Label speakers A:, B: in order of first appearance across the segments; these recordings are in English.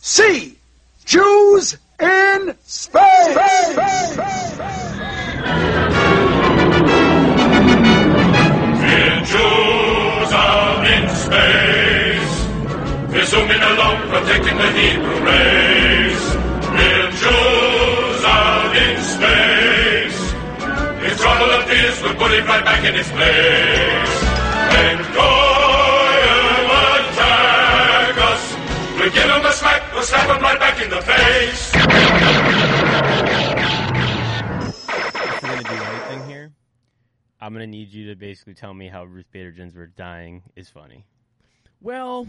A: C. Jews in space.
B: Wir Jews are in space. We're zooming along, protecting the Hebrew race. We're Jews are in space. If trouble appears, we'll put it right back in its place. When Goyim attack us, we'll give 'em a smack, we'll slap 'em right back in the face.
C: If we're gonna do anything here, I'm gonna need you to basically tell me how Ruth Bader Ginsburg dying is funny.
D: Well,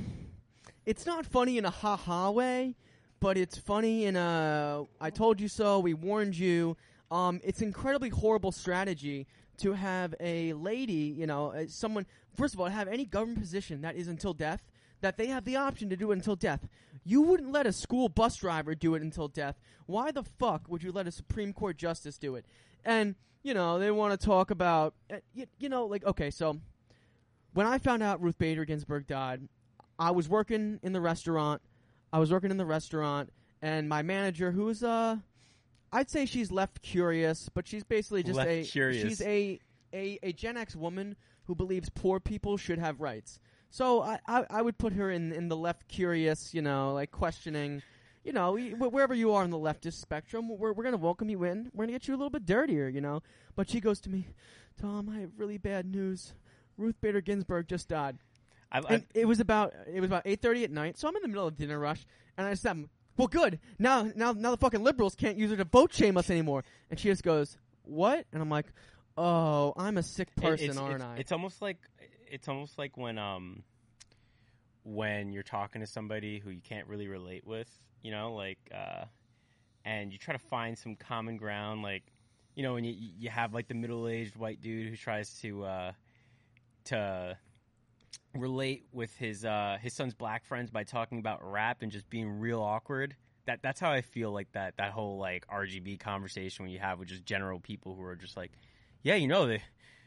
D: it's not funny in a ha ha way, but it's funny in a I told you so, we warned you. Um, it's incredibly horrible strategy to have a lady, you know, uh, someone, first of all, have any government position that is until death, that they have the option to do it until death. You wouldn't let a school bus driver do it until death. Why the fuck would you let a Supreme Court justice do it? And, you know, they want to talk about, uh, you, you know, like, okay, so when I found out Ruth Bader Ginsburg died, I was working in the restaurant. I was working in the restaurant, and my manager, who's uh, I'd say she's left curious, but she's basically just
C: Left
D: a
C: curious.
D: she's a, a a Gen X woman who believes poor people should have rights. So I I, I would put her in in the left curious, you know, like questioning. You know, y- wh- wherever you are on the leftist spectrum, we're, we're going to welcome you in. We're going to get you a little bit dirtier, you know. But she goes to me, Tom, I have really bad news. Ruth Bader Ginsburg just died.
C: I,
D: And
C: I,
D: it was about it was about eight thirty at night, so I'm in the middle of dinner rush, and I just am well, good. Now, now, now the fucking liberals can't use her to vote shame us anymore. And she just goes, "What?" And I'm like, "Oh, I'm a sick
C: it-
D: person,
C: it's,
D: aren't
C: it's-
D: I?"
C: It's almost like it's almost like when um when you're talking to somebody who you can't really relate with, you know, like uh and you try to find some common ground like you know, and you you have like the middle-aged white dude who tries to uh to relate with his uh his son's black friends by talking about rap and just being real awkward. That that's how I feel like that that whole like RGB conversation when you have with just general people who are just like, yeah, you know, they,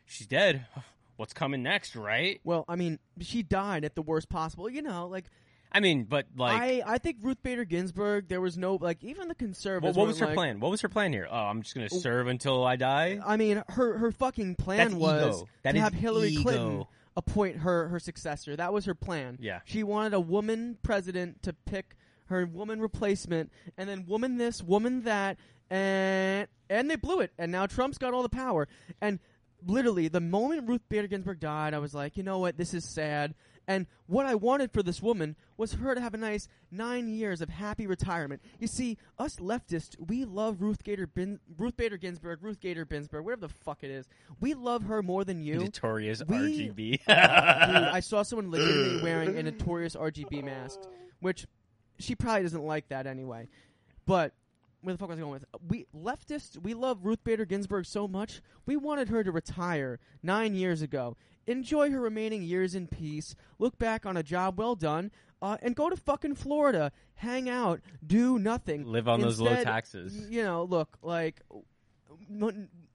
C: she's dead. What's coming next, right?
D: well, I mean, she died at the worst possible. You know, like,
C: I mean, but like,
D: I, I think Ruth Bader Ginsburg. There was no like, even the
C: what,
D: conservatives.
C: what was her
D: weren't like- Uh,
C: plan? What was her plan here? Oh, I'm just gonna serve until I die.
D: I mean, her her fucking plan
C: That's
D: was
C: ego. That
D: to
C: is
D: have Hillary
C: ego.
D: Clinton appoint her her successor. That was her plan.
C: Yeah.
D: she wanted a woman president to pick her woman replacement, and then woman this, woman that, and and they blew it. And now Trump's got all the power. And literally, the moment Ruth Bader Ginsburg died, I was like, you know what, this is sad. And what I wanted for this woman was her to have a nice nine years of happy retirement. You see, us leftists, we love Ruth Gator, Bin- Ruth Bader Ginsburg, Ruth Gator Ginsburg, whatever the fuck it is. We love her more than you.
C: Notorious
D: We-
C: RGB.
D: Dude, I saw someone legitimately wearing a notorious RGB mask, which she probably doesn't like that anyway. But where the fuck was I going with? We leftists, we love Ruth Bader Ginsburg so much. We wanted her to retire nine years ago, enjoy her remaining years in peace, look back on a job well done, uh, and go to fucking Florida, hang out, do nothing,
C: Live on those low
D: Instead,
C: taxes.
D: You know, look like. no-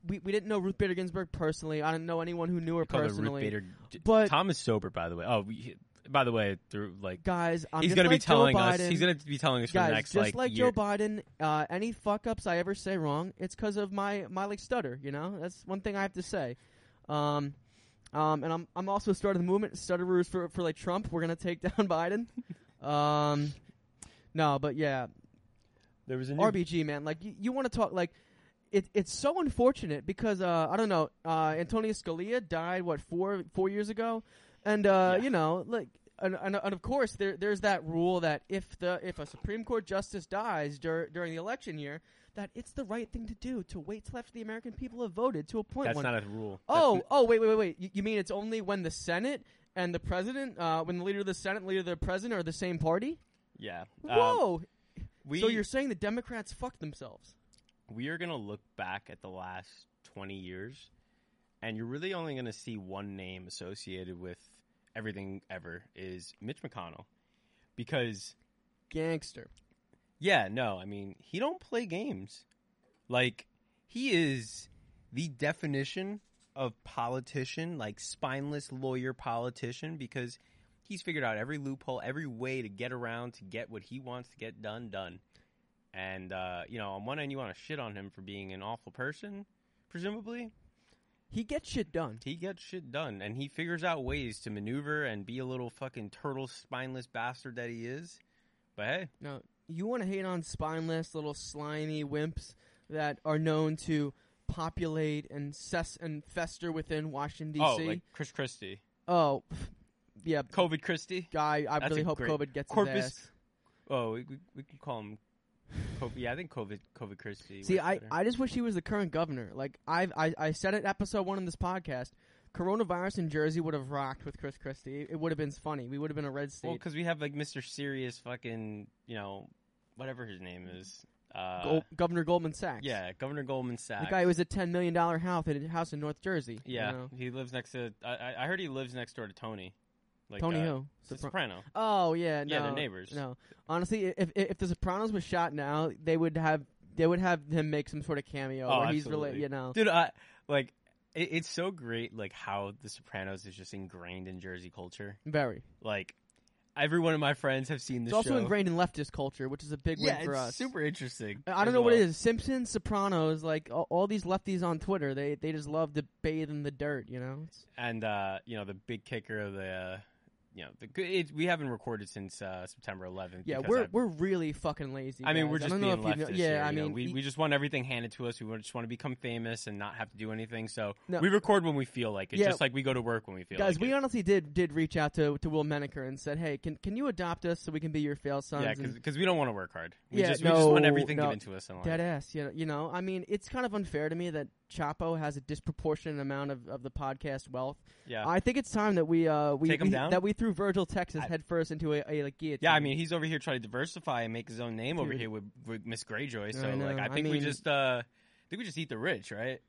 D: We, we didn't know Ruth Bader Ginsburg personally. I don't know anyone who knew her
C: Call her Ruth
D: personally.
C: Bader.
D: but-
C: Tom is sober, by the way. Oh, we, by the way, through like
D: guys, I'm
C: he's
D: going
C: gonna
D: to
C: be telling
D: Joe
C: us.
D: Biden,
C: He's gonna be telling us for
D: guys,
C: the next
D: just
C: like,
D: like,
C: year.
D: Joe Biden, uh, any fuck ups I ever say wrong, it's because of my my like stutter. You know, that's one thing I have to say. Um, um, and I'm I'm also starting the movement stutterers for for like Trump. We're gonna take down Biden. um, no, but yeah,
C: There was a new
D: RBG man, like you, you want to talk like. It, it's so unfortunate because uh, I don't know. Uh, Antonio Scalia died what four four years ago, and uh,
C: Yeah.
D: you know, like, and, and, and of course there there's that rule that if the if a Supreme Court justice dies dur- during the election year, that it's the right thing to do to wait till after the American people have voted to appoint
C: That's
D: one.
C: not a rule.
D: Oh,
C: That's-
D: oh, wait, wait, wait, wait. You, you mean it's only when the Senate and the president, uh, when the leader of the Senate, and leader of the president, are the same party?
C: yeah. Um,
D: Whoa!
C: we,
D: so you're saying the Democrats fucked themselves?
C: we are going to look back at the last 20 years and you're really only going to see one name associated with everything ever is Mitch McConnell because
D: Gangster.
C: yeah, no, I mean, he don't play games. Like he is the definition of politician, like spineless lawyer politician because he's figured out every loophole, every way to get around to get what he wants to get done done. And uh, you know, on one end, you want to shit on him for being an awful person, presumably.
D: He gets shit done.
C: He gets shit done, and he figures out ways to maneuver and be a little fucking turtle, spineless bastard that he is. But hey,
D: No, you want to hate on spineless little slimy wimps that are known to populate and cess and fester within Washington D.C.
C: oh, like Chris Christie,
D: Oh, yeah,
C: COVID Christie.
D: guy. I
C: That's
D: really
C: a
D: hope
C: great-
D: COVID gets
C: Corpus-
D: his ass.
C: Oh, we, we, we can call him. COVID, yeah, I think COVID, COVID Christie.
D: See,
C: works
D: I,
C: better.
D: I just wish he was the current governor. Like I've, I I said it episode one in this podcast. Coronavirus in Jersey would have rocked with Chris Christie. It would have been funny. We would have been a red
C: Well,
D: state.
C: because we have like Mr. Serious, fucking, you know, whatever his name is. Uh,
D: Go- Governor Goldman Sachs.
C: yeah, Governor Goldman Sachs.
D: The guy who was a ten million dollar house in house in North Jersey. you
C: yeah,
D: know.
C: he lives next to. I- I, I heard he lives next door to Tony. Like,
D: Tony
C: uh,
D: who?
C: The
D: Sopra-
C: Soprano.
D: Oh yeah, no,
C: Yeah, they're neighbors.
D: No, honestly, i- if if the Sopranos was shot now, they would have they would have him make some sort of cameo
C: Oh,
D: where he's
C: absolutely.
D: really you know.
C: Dude, I like. It, it's so great, like how The Sopranos is just ingrained in Jersey culture.
D: Very.
C: Like, every one of my friends have seen this.
D: It's also
C: show.
D: ingrained in leftist culture, which is a big
C: Yeah,
D: win for
C: it's
D: us.
C: super interesting.
D: I
C: as
D: don't know what it
C: well.
D: is. Simpsons, Sopranos, like all, all these lefties on Twitter, they they just love to bathe in the dirt, you know. It's,
C: and uh, you know the big kicker of the uh, you know the good- it, we haven't recorded since uh, September 11th.
D: yeah,
C: because
D: we're
C: I,
D: we're really fucking lazy.
C: I mean, we're
D: guys.
C: just
D: I
C: being
D: don't know if you
C: leftists.
D: know, yeah,
C: here,
D: I
C: you know,
D: mean,
C: we
D: y-
C: we just want everything handed to us. We just want to become famous and not have to do anything. So
D: No.
C: we record when we feel like it,
D: Yeah.
C: just like we go to work when we feel
D: guys,
C: like
D: we
C: it.
D: honestly did did reach out to to Will Menaker and said, hey, can can you adopt us so we can be your fail sons?
C: yeah,
D: and-
C: because we don't want to work hard. We
D: Yeah,
C: just we just want
D: no,
C: everything
D: no.
C: given to us. In life.
D: Dead ass, you know, you know. I mean, it's kind of unfair to me that Chapo has a disproportionate amount of, of the podcast wealth.
C: Yeah,
D: I think it's time that we uh we,
C: Take 'em
D: we-
C: down?
D: that we threw Virgil Texas
C: I-
D: headfirst into a, a like guillotine.
C: yeah. I mean, he's over here trying to diversify and make his own name over
D: Dude.
C: here with, with Miss Greyjoy. So
D: I
C: like,
D: know.
C: I
D: I
C: think we
D: mean-
C: just uh, I think we just eat the rich, right?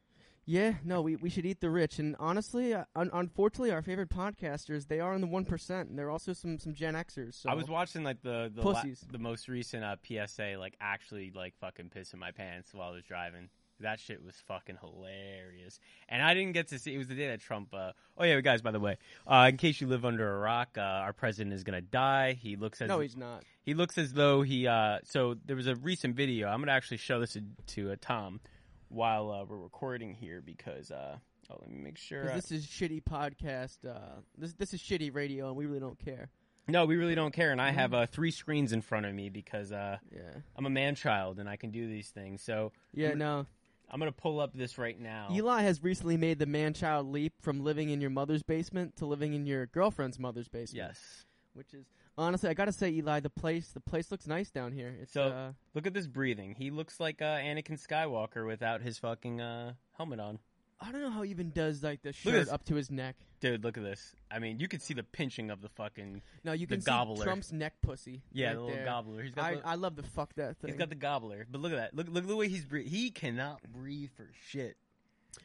D: yeah, no, we, we should eat the rich. And honestly, uh, un- unfortunately, our favorite podcasters they are in the one percent, and they're also some some Gen Xers. So
C: I was watching like the the, la-
D: Pussies.
C: the most recent uh, PSA, like actually like fucking pissing my pants while I was driving. That shit was fucking hilarious, and I didn't get to see. It was the day that Trump. Uh, oh yeah, guys. By the way, uh, in case you live under a rock, uh, our president is gonna die. He looks as
D: no, he's not.
C: he looks as though he. Uh, so there was a recent video. I'm gonna actually show this to, to uh, Tom while uh, we're recording here because. Uh, oh, let me make sure.
D: 'Cause
C: I-
D: this is shitty podcast. Uh, this this is shitty radio, and we really don't care.
C: no, we really don't care, and I have uh, three screens in front of me because. Uh,
D: Yeah,
C: I'm a man child and I can do these things. So
D: yeah. No,
C: I'm gonna pull up this right now.
D: Eli has recently made the man-child leap from living in your mother's basement to living in your girlfriend's mother's basement.
C: yes.
D: which is honestly, I gotta say, Eli, the place the place looks nice down here. It's
C: So-
D: uh,
C: Look at this breathing. He looks like uh, Anakin Skywalker without his fucking uh, helmet on.
D: I don't know how he even does like the
C: at
D: shirt
C: this.
D: up to his neck.
C: Dude, look at this. I mean, you can see the pinching of the fucking
D: No, you
C: The
D: can
C: gobbler.
D: see Trump's neck pussy.
C: yeah,
D: right
C: the little
D: there.
C: gobbler. He's got
D: I,
C: the,
D: I love the fuck that thing.
C: he's got the gobbler. But look at that. Look look at the way he's breathing. He cannot breathe for shit.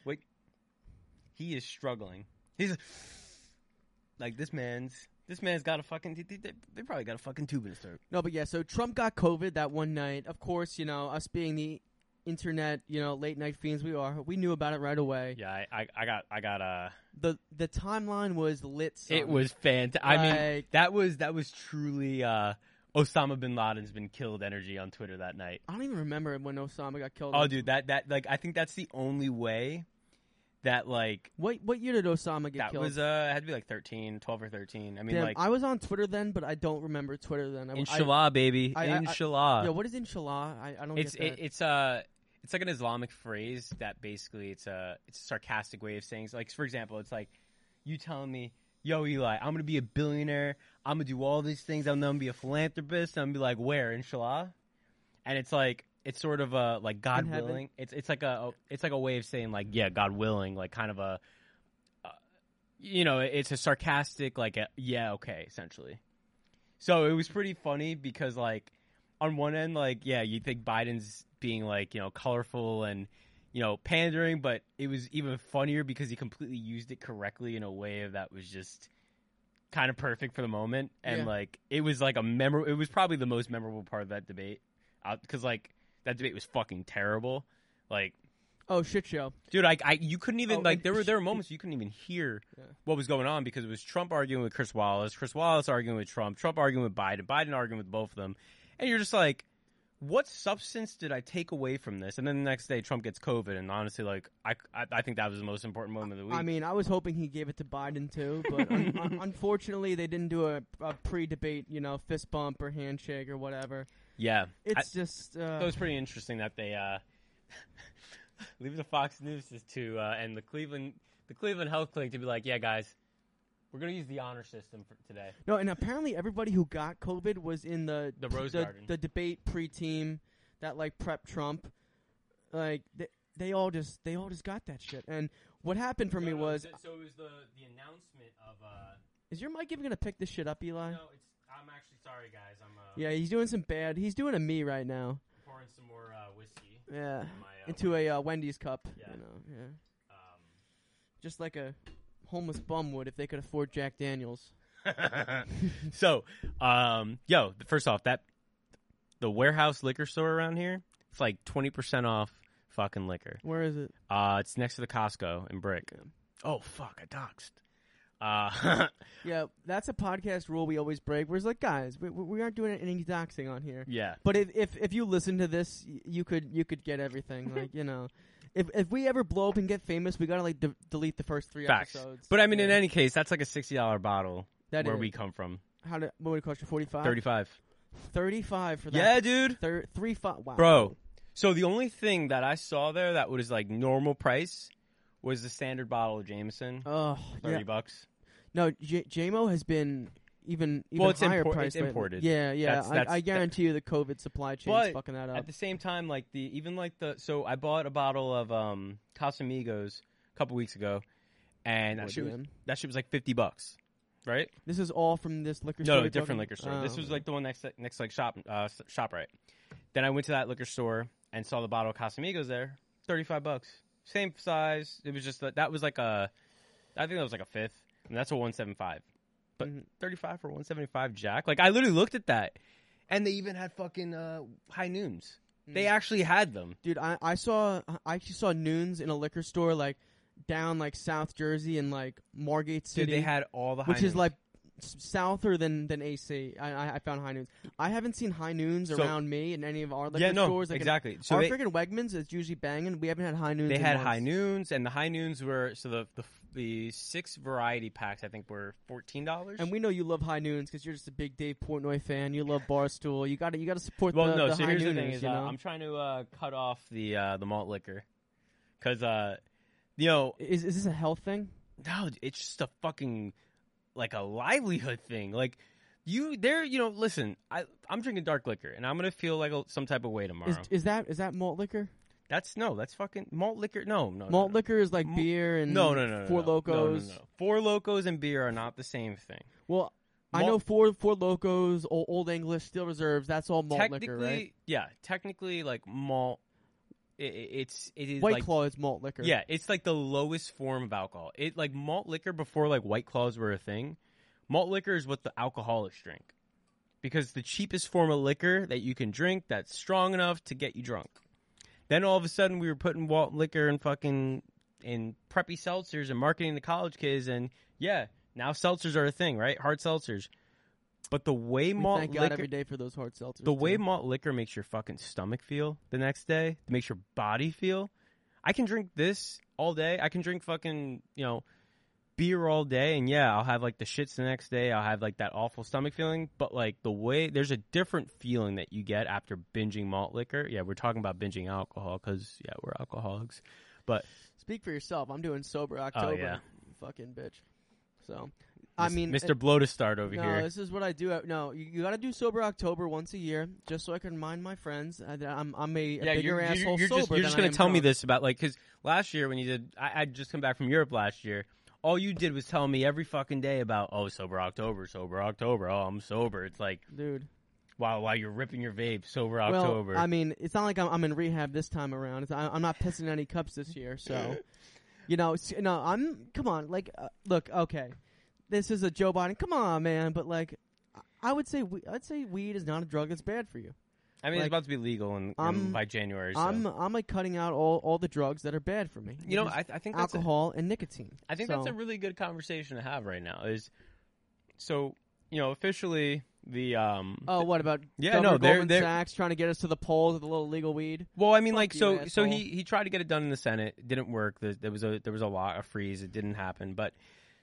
C: Wait, he is struggling. He's like this man's. This man's got a fucking. they- They, they probably got a fucking tube in his throat.
D: no, but yeah, so Trump got COVID that one night. Of course, you know, us being the internet, you know, late night fiends we are, we knew about it right away.
C: Yeah, I, I, I got I got uh
D: The the timeline was lit. Son.
C: It was fantastic. I mean,
D: Um, Like-
C: that was that was truly uh, Osama bin Laden's been killed energy on Twitter that night.
D: I don't even remember when Osama got killed.
C: Oh, dude, that that like I think that's the only way that like
D: What what year did Osama get
C: that
D: killed?
C: was uh it had to be like 13, 12 or thirteen. I mean,
D: Damn,
C: like
D: I was on Twitter then, but I don't remember Twitter then. I, I,
C: inshallah, baby,
D: I- I- I-
C: inshallah.
D: yeah, what is inshallah? I, I don't
C: it's
D: get that.
C: it, it's uh it's like an Islamic phrase that basically it's a it's a sarcastic way of saying like for example it's like you telling me yo Eli I'm gonna be a billionaire I'm gonna do all these things I'm gonna be a philanthropist I'm gonna be like where inshallah and it's like it's sort of a like God
D: In heaven.
C: willing it's it's like a oh, it's like a way of saying like yeah God willing like kind of a uh, you know it's a sarcastic like a, yeah okay essentially so it was pretty funny because like on one end, like, yeah, you think Biden's being like, you know, colorful and, you know, pandering, but it was even funnier because he completely used it correctly in a way that was just kind of perfect for the moment. And
D: Yeah.
C: like, it was like a memor. It was probably the most memorable part of that debate because like that debate was fucking terrible. Like,
D: Oh shit show.
C: Dude, I, I you couldn't even
D: Oh,
C: like
D: and
C: there were there were
D: sh-
C: moments you couldn't even hear
D: Yeah.
C: what was going on because it was Trump arguing with Chris Wallace, Chris Wallace arguing with Trump, Trump arguing with Biden, Biden arguing with both of them, and you're just like, what substance did I take away from this? And then the next day, Trump gets COVID, and honestly, like I I, I think that was the most important moment of the week.
D: I mean, I was hoping he gave it to Biden too, but un- un- unfortunately they didn't do a, a pre-debate, you know, fist bump or handshake or whatever.
C: yeah, I-
D: It's just uh,
C: That was pretty interesting that they uh, leave the Fox News just to uh, and the Cleveland the Cleveland Health Clinic to be like, yeah, guys, we're gonna use the honor system for today.
D: no. And apparently everybody who got COVID was in the
C: The Rose
D: the,
C: Garden.
D: the debate pre-team that like prep Trump. Like they, they all just they all just got that shit. And what happened for me was
C: so it was the the announcement of uh,
D: is your mic even gonna pick this shit up, Eli?
C: it's I'm actually sorry, guys, I'm uh,
D: Yeah, he's doing some bad. He's doing a me right now.
C: pouring some more uh, whiskey.
D: Yeah,
C: My, uh,
D: into a uh, Wendy's cup.
C: Yeah.
D: You know, yeah.
C: Um,
D: just like a homeless bum would if they could afford Jack Daniels.
C: uh, so, um, yo, first off, that the warehouse liquor store around here, it's like twenty percent off fucking liquor.
D: Where is it?
C: Uh, it's next to the Costco in Brick. Oh fuck, I doxed. Uh,
D: Yeah, that's a podcast rule we always break. We're just like, guys, we, we we aren't doing any doxing on here.
C: yeah,
D: But if, if if you listen to this, y- you could you could get everything. like you know, if if we ever blow up and get famous, we gotta like de- delete the first three
C: facts.
D: episodes.
C: But I mean, in
D: Yeah.
C: any case, that's like a sixty dollar bottle
D: That
C: where
D: is-
C: we come from.
D: how did what would it cost you? Forty five.
C: Thirty five.
D: Thirty five for that.
C: Yeah, dude.
D: Thir- three five. Wow.
C: Bro, so the only thing that I saw there that was like normal price was the standard bottle of Jameson,
D: Oh
C: thirty
D: yeah.
C: bucks.
D: No, J- JMO has been even even
C: Well, it's
D: higher
C: import-
D: priced.
C: it's
D: lately.
C: imported.
D: Yeah, yeah.
C: That's-
D: I,
C: that's-
D: I guarantee you the COVID supply chain's
C: But
D: fucking that up.
C: At the same time, like the even like the so I bought a bottle of um Casamigos a couple weeks ago, and that
D: Would
C: shit,
D: you
C: was,
D: then?
C: that shit was like fifty bucks, right?
D: This is all from this liquor store.
C: No,
D: you're
C: different
D: talking-
C: liquor store.
D: Oh,
C: this was
D: okay.
C: like the one next next like shop uh s- Shoprite. Then I went to that liquor store and saw the bottle of Casamigos there, thirty five bucks, same size. It was just that that was like a, I think that was like a fifth, and that's a one seven five, but
D: Mhm.
C: thirty five for one seventy five Jack. Like I literally looked at that, and they even had fucking uh, high noons.
D: Mm.
C: They actually had them.
D: dude. I, I saw I actually saw noons in a liquor store like down like South Jersey and like Margate City,
C: Dude, they had all the high
D: which is
C: noons.
D: like s- souther than than AC. I- I, I found high noons. I haven't seen high noons
C: So-
D: around me in any of our liquor
C: yeah no
D: stores. Like in-
C: exactly. so
D: our
C: they,
D: freaking Wegmans is usually banging. We haven't had high noons.
C: they
D: in
C: had
D: months.
C: high noons and the high noons were so the the, the six variety packs I think were fourteen dollars.
D: And we know you love high noons because you're just a big Dave Portnoy fan. You love Barstool. You got to you got to support
C: Well,
D: the,
C: no.
D: the
C: so
D: high
C: here's
D: nooners.
C: the thing: is
D: you
C: uh,
D: know?
C: I'm trying to uh, cut off the uh, the malt liquor because uh, you know,
D: is is this a health thing?
C: no, it's just a fucking like a livelihood thing. Like you, there, you know. Listen, I I'm drinking dark liquor, and I'm gonna feel like a, some type of way tomorrow.
D: Is is that is that malt liquor?
C: that's no, that's fucking malt liquor. No, Oh, no, no,
D: Malt
C: no.
D: liquor is like
C: Mo-
D: beer and
C: No, no, no, no,
D: Four
C: no, no,
D: Locos.
C: No, no, no. Four locos and beer are not the same thing.
D: Well, I
C: Malt-
D: know four four Locos, o- Old English, Steel Reserves. That's all malt
C: technically,
D: liquor, right?
C: yeah, technically, like malt. i- i it's it is
D: White
C: like
D: Claw is malt liquor.
C: Yeah, it's like the lowest form of alcohol. It like malt liquor before like white claws were a thing. Malt liquor is what the alcoholics drink. Because the cheapest form of liquor that you can drink that's strong enough to get you drunk. Then all of a sudden we were putting malt liquor and fucking in preppy seltzers and marketing to college kids and yeah, now seltzers are a thing, right? Hard seltzers. But the way
D: we
C: malt
D: thank God
C: liquor
D: every day for those hard seltzers.
C: the way
D: too.
C: malt liquor makes your fucking stomach feel the next day, it makes your body feel. I can drink this all day. I can drink fucking, you know, beer all day and yeah, I'll have like the shits the next day. I'll have like that awful stomach feeling, but like the way there's a different feeling that you get after binging malt liquor. Yeah, we're talking about binging alcohol cuz yeah, we're alcoholics. But
D: speak for yourself. I'm doing sober October.
C: Oh, yeah.
D: you fucking bitch. So, I mean, uh,
C: Mr. Blotestart over
D: no,
C: here.
D: this is what I do. uh, No, you, you got to do sober October once a year, just so I can remind my friends uh, that I'm I'm a, a
C: yeah,
D: bigger
C: you're, you're-
D: asshole
C: you're
D: sober.
C: just, you're just
D: than I
C: gonna
D: am
C: tell me
D: drunk.
C: this about like because last year when you did, I, I'd just come back from Europe last year. All you did was tell me every fucking day about oh sober October, sober October. Oh, I'm sober. It's like
D: dude.
C: wow, while you're ripping your vape, sober
D: Well,
C: October.
D: I mean, it's not like I'm, I'm in rehab this time around. It's, I, I'm not pissing any cups this year, so you know, s- no, I'm. Come on, like, uh, look, okay, this is a Joe Biden. Come on, man, but like, I- I would say, we, I'd say weed is not a drug that's bad for you.
C: I mean,
D: Like,
C: it's about to be legal in, in-
D: I'm-
C: by January. So.
D: I'm I'm like cutting out all, all the drugs that are bad for me.
C: you know,
D: Just
C: I, I think that's a-
D: alcohol and nicotine.
C: I think that's
D: So,
C: a really good conversation to have right now. Is so you know officially the um
D: Oh, what about
C: Yeah,
D: Governor
C: no, they're-
D: Goldman
C: they're-
D: Sachs trying to get us to the polls with a little legal weed?
C: well I mean like
D: you,
C: so so
D: asshole.
C: he he tried to get it done in the Senate it didn't work there, there was a there was a lot a freeze it didn't happen but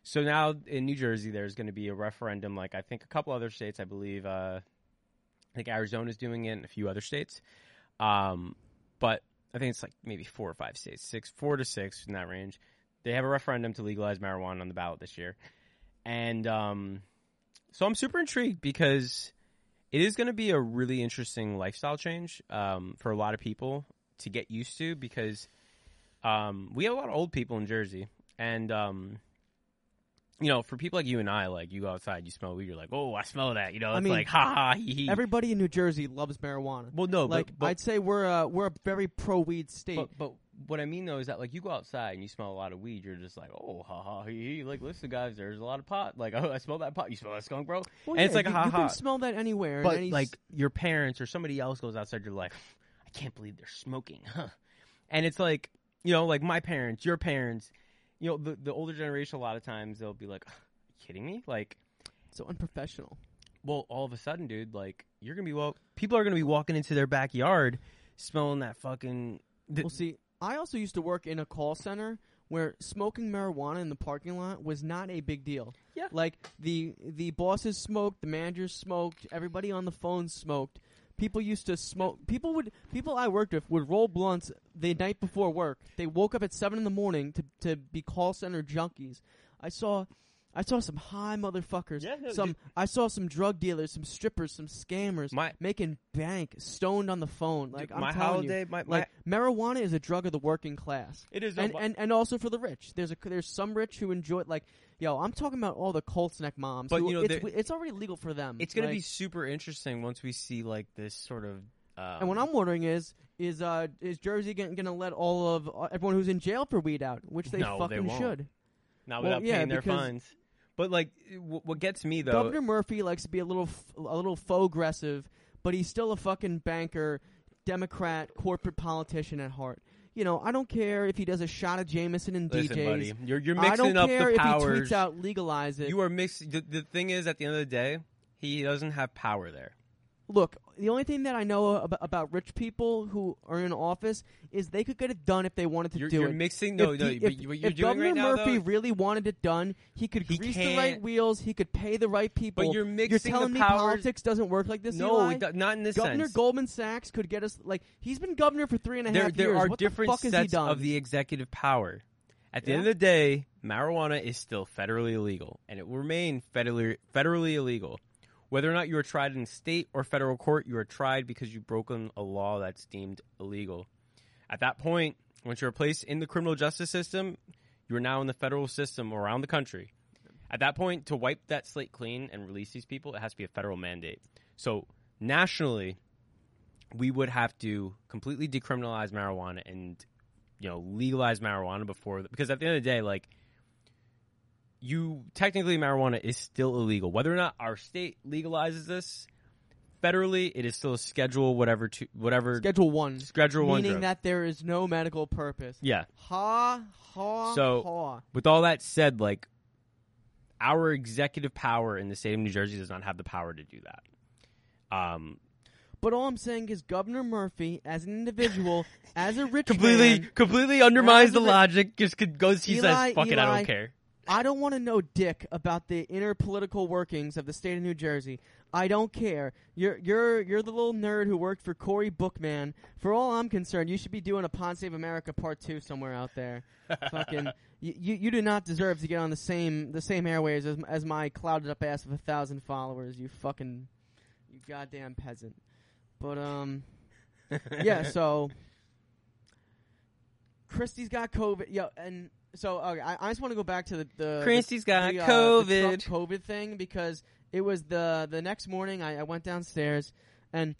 C: so now in New Jersey there's going to be a referendum like I think a couple other states I believe uh I think Arizona's doing it and a few other states um but I think it's like maybe four or five states six four to six in that range they have a referendum to legalize marijuana on the ballot this year and um So I'm super intrigued because it is going to be a really interesting lifestyle change um, for a lot of people to get used to because um, we have a lot of old people in Jersey. And, um, you know, for people like you and I, like you go outside, you smell weed, you're like, oh, I smell that. You know,
D: I
C: it's
D: mean,
C: like, ha ha, hee hee.
D: Everybody in New Jersey loves marijuana.
C: well, no,
D: like
C: but, but,
D: I'd say we're a, we're a very pro weed state.
C: but, but what I mean, though, is that like you go outside and you smell a lot of weed, you're just like, oh, ha ha, hee hee. Like, listen, guys, there's a lot of pot. Like, oh, I smell that pot. You smell that skunk, bro?
D: Well,
C: and it's
D: yeah,
C: like,
D: you,
C: ha
D: you
C: ha.
D: can smell that anywhere. in
C: but
D: any s-
C: like your parents or somebody else goes outside your life i can't believe they're smoking huh and it's like you know like my parents your parents you know the, the older generation a lot of times they'll be like "Are you kidding me like
D: so unprofessional.
C: well all of a sudden dude like you're gonna be well people are gonna be walking into their backyard smelling that fucking th-
D: Well, see, I also used to work in a call center where smoking marijuana in the parking lot was not a big deal.
C: Yeah.
D: Like the the bosses smoked, the managers smoked, everybody on the phone smoked. People used to smoke. People would people I worked with would roll blunts the night before work. They woke up at seven in the morning to to be call center junkies. I saw. I saw some high motherfuckers.
C: Yeah, no,
D: some I saw some drug dealers, some strippers, some scammers
C: My-
D: making bank, stoned on the phone. Like I'm
C: my
D: telling you,
C: holiday my, my
D: like marijuana is a drug of the working class.
C: it is
D: and,
C: a,
D: and and also for the rich. There's a there's some rich who enjoy like yo. I'm talking about all the Colts neck moms.
C: But,
D: who
C: you know,
D: it's,
C: there-
D: it's already legal for them.
C: it's gonna
D: Like,
C: be super interesting once we see like this sort of um,
D: And what I'm wondering is is uh is Jersey gonna, gonna let all of uh, everyone who's in jail for weed out, which they
C: No, they
D: fucking
C: won't.
D: should.
C: not
D: well,
C: without
D: yeah,
C: paying their
D: because-
C: fines but like w- what gets me though
D: Governor Murphy likes to be a little f- a little faux aggressive, but he's still a fucking banker, Democrat, corporate politician at heart. You know, I don't care if he does a shot of Jameson and
C: Listen,
D: DJs.
C: buddy, you're you're
D: I don't
C: mixing up
D: care
C: the
D: if he
C: powers.
D: tweets out legalize it.
C: you are mixing. The, the thing is, at the end of the day, he doesn't have power there.
D: Look, the only thing that I know ab- about rich people who are in office is they could get it done if they wanted to
C: You're,
D: do
C: you're
D: it.
C: mixing. No,
D: if
C: no.
D: the-
C: but
D: if-
C: what you're
D: if
C: doing
D: Governor
C: right now,
D: Murphy
C: though,
D: really wanted it done, he could
C: He
D: grease the right
C: can't-
D: wheels. He could pay the right people.
C: you're
D: You're
C: mixing the
D: telling me
C: powers-
D: politics doesn't work like this.
C: no,
D: Eli?
C: it do- not in this
D: Governor
C: sense.
D: Goldman Sachs could get us like he's been governor for three and a
C: there,
D: half
C: there
D: years.
C: are
D: what
C: different
D: the fuck has he
C: sets
D: done?
C: of the executive power. At the
D: Yeah.
C: end of the day, marijuana is still federally illegal, and it will remain federally federally illegal. Whether or not you are tried in state or federal court, you are tried because you've broken a law that's deemed illegal. At that point, once you're placed in the criminal justice system, you are now in the federal system around the country. At that point, to wipe that slate clean and release these people, it has to be a federal mandate. So nationally, we would have to completely decriminalize marijuana and you know legalize marijuana before because at the end of the day, like you technically marijuana is still illegal, whether or not our state legalizes this. Federally, it is still a schedule whatever to whatever
D: Schedule one,
C: schedule one
D: meaning
C: drug.
D: that there is no medical purpose.
C: yeah.
D: Ha ha
C: So-
D: ha.
C: With all that said, like our executive power in the state of New Jersey does not have the power to do that. Um,
D: But all I'm saying is Governor Murphy, as an individual, as a rich
C: completely,
D: man,
C: completely undermines
D: As
C: the
D: a-
C: logic. Just could goes. He
D: Eli,
C: says, "Fuck it, I
D: Eli.
C: don't care."
D: I don't want to know dick about the inner political workings of the state of New Jersey. I don't care. You're you're you're the little nerd who worked for Cory Bookman. For all I'm concerned, you should be doing a Pond Save America Part Two somewhere out there. Fucking, you, you you do not deserve to get on the same the same airways as as my clouded up ass of a thousand followers. You fucking, you goddamn peasant. But um. yeah, so Christie's got COVID. Yeah, and so okay, I, I just want to go back to the, the
C: Christie's got
D: the, uh, the Trump
C: COVID.
D: COVID thing because it was the the next morning. I, I went downstairs and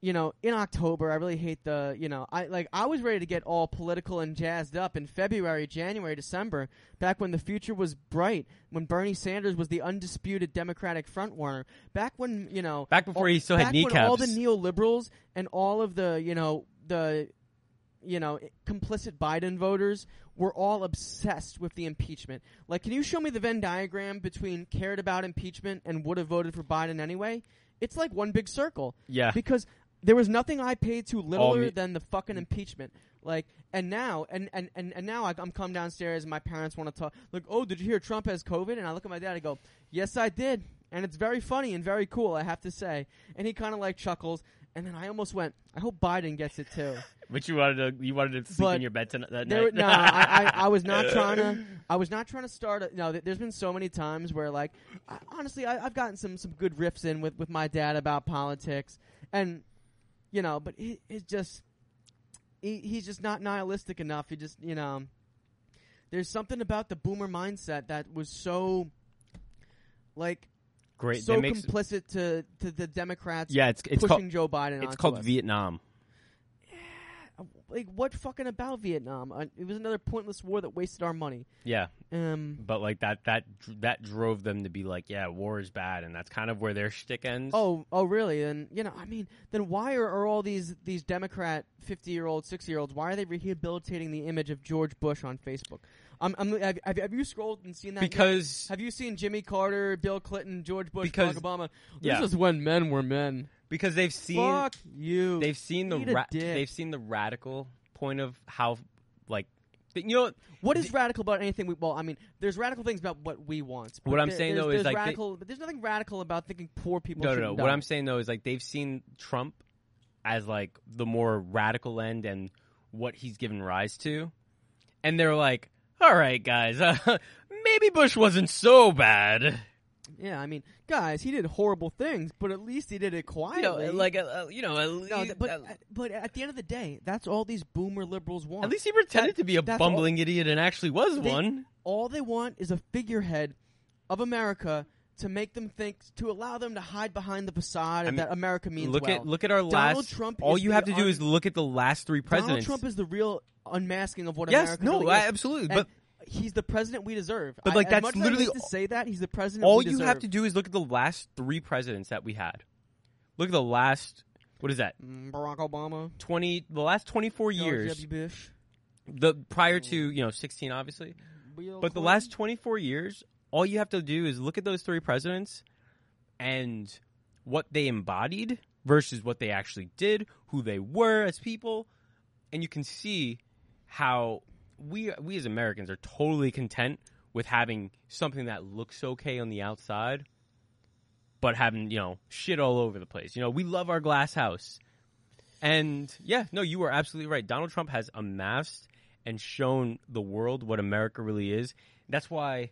D: you know, in October, I really hate the, you know, I like I was ready to get all political and jazzed up in February, January, December, back when the future was bright, when Bernie Sanders was the undisputed Democratic frontrunner, back when you know,
C: Back before
D: all-
C: he still had
D: oh, back when all the
C: kneecaps.
D: neoliberals and all of the, you know, the, you know, complicit Biden voters were all obsessed with the impeachment. Like, can you show me the Venn diagram between cared about impeachment and would have voted for Biden anyway? It's like one big circle
C: Yeah.
D: because there was nothing I paid to littler
C: me-
D: than the fucking impeachment. Like, and now, and and and, and now I, I'm come downstairs and my parents want to talk. Like, oh, did you hear Trump has COVID? And I look at my dad. I go, yes, I did. And it's very funny and very cool, I have to say. And he kind of like chuckles. And then I almost went, I hope Biden gets it too.
C: But you wanted to you wanted to sleep
D: But
C: in your bed tonight. That
D: There,
C: night.
D: no, I, I, I was not trying to. I was not trying to start. A, no, th- there's been so many times where, like, I, honestly, I, I've gotten some some good riffs in with with my dad about politics, and you know, but he, it's just he, he's just not nihilistic enough. He just, you know, there's something about the boomer mindset that was so like
C: Great.
D: so
C: that makes,
D: complicit to to the Democrats.
C: yeah, it's it's
D: pushing
C: called
D: Joe Biden.
C: it's
D: onto
C: called
D: us.
C: Vietnam.
D: like what fucking about Vietnam? Uh, it was another pointless war that wasted our money.
C: Yeah,
D: Um.
C: but like that that that drove them to be like, yeah, war is bad, and that's kind of where their shtick ends.
D: Oh, oh, really? And you know, I mean, then why are, are all these these Democrat fifty year olds, sixty year olds? Why are they rehabilitating the image of George Bush on Facebook? Um, I'm, have, have, have you scrolled and seen that? yet?
C: because
D: have you seen Jimmy Carter, Bill Clinton, George Bush,
C: Because-
D: Barack Obama?
C: yeah.
D: This is when men were men.
C: because they've seen
D: Fuck you.
C: they've seen the
D: Eat a
C: ra-
D: dick.
C: they've seen the radical point of how like th- you know
D: What is radical about anything? We, well, I mean, there's radical things about what we want. but
C: What I'm
D: there-
C: saying,
D: there's-
C: though, is,
D: there's
C: like, they-
D: radical, but there's nothing radical about thinking poor people.
C: no no no
D: shouldn't
C: what
D: die.
C: I'm saying though is like they've seen Trump as like the more radical end and what he's given rise to, and they're like, all right guys, uh, maybe Bush wasn't so bad.
D: yeah, I mean, guys, he did horrible things, but at least he did it
C: You know,
D: quietly.
C: like uh, uh, you know, at least, uh,
D: No, th- but uh,
C: at,
D: but at the end of the day, that's all these boomer liberals want.
C: at least he pretended
D: that-
C: to be a
D: that's all-
C: bumbling idiot and actually was
D: They-
C: one.
D: all they want is a figurehead of America to make them think, to allow them to hide behind the facade
C: I mean,
D: that America means
C: Look
D: well.
C: at look at our
D: Donald
C: last.
D: Trump
C: all
D: is
C: you
D: the
C: have to do
D: un-
C: is look at the last three
D: Donald
C: presidents.
D: Trump is the real unmasking of what
C: yes,
D: America
C: no,
D: really
C: I-
D: is.
C: absolutely.
D: And
C: But
D: he's the president we deserve.
C: But,
D: I-
C: like,
D: as
C: that's
D: much as I
C: literally
D: hate to say that he's the president.
C: all
D: we
C: you have
D: deserve.
C: to do is look at the last three presidents that we had. Look at the last. What is that?
D: Mm, Barack Obama,
C: Twenty. The last twenty-four
D: George
C: years.
D: W. Bush,
C: The prior to you know sixteen, obviously.
D: Bill
C: But the
D: Clinton.
C: last 24 years, all you have to do is look at those three presidents and what they embodied versus what they actually did, who they were as people, and you can see how we we as Americans are totally content with having something that looks okay on the outside but having, you know, shit all over the place. You know, we love our glass house. And yeah, no, you are absolutely right. Donald Trump has amassed and shown the world what America really is. That's why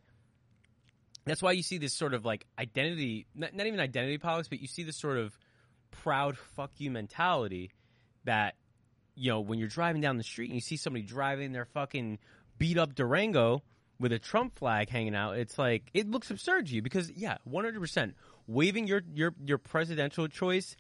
C: that's why you see this sort of like identity not, not even identity politics, but you see this sort of proud fuck you mentality that you know, when you're driving down the street and you see somebody driving their fucking beat up Durango with a Trump flag hanging out, it's like it looks absurd to you because yeah, 100% waving your your your presidential choice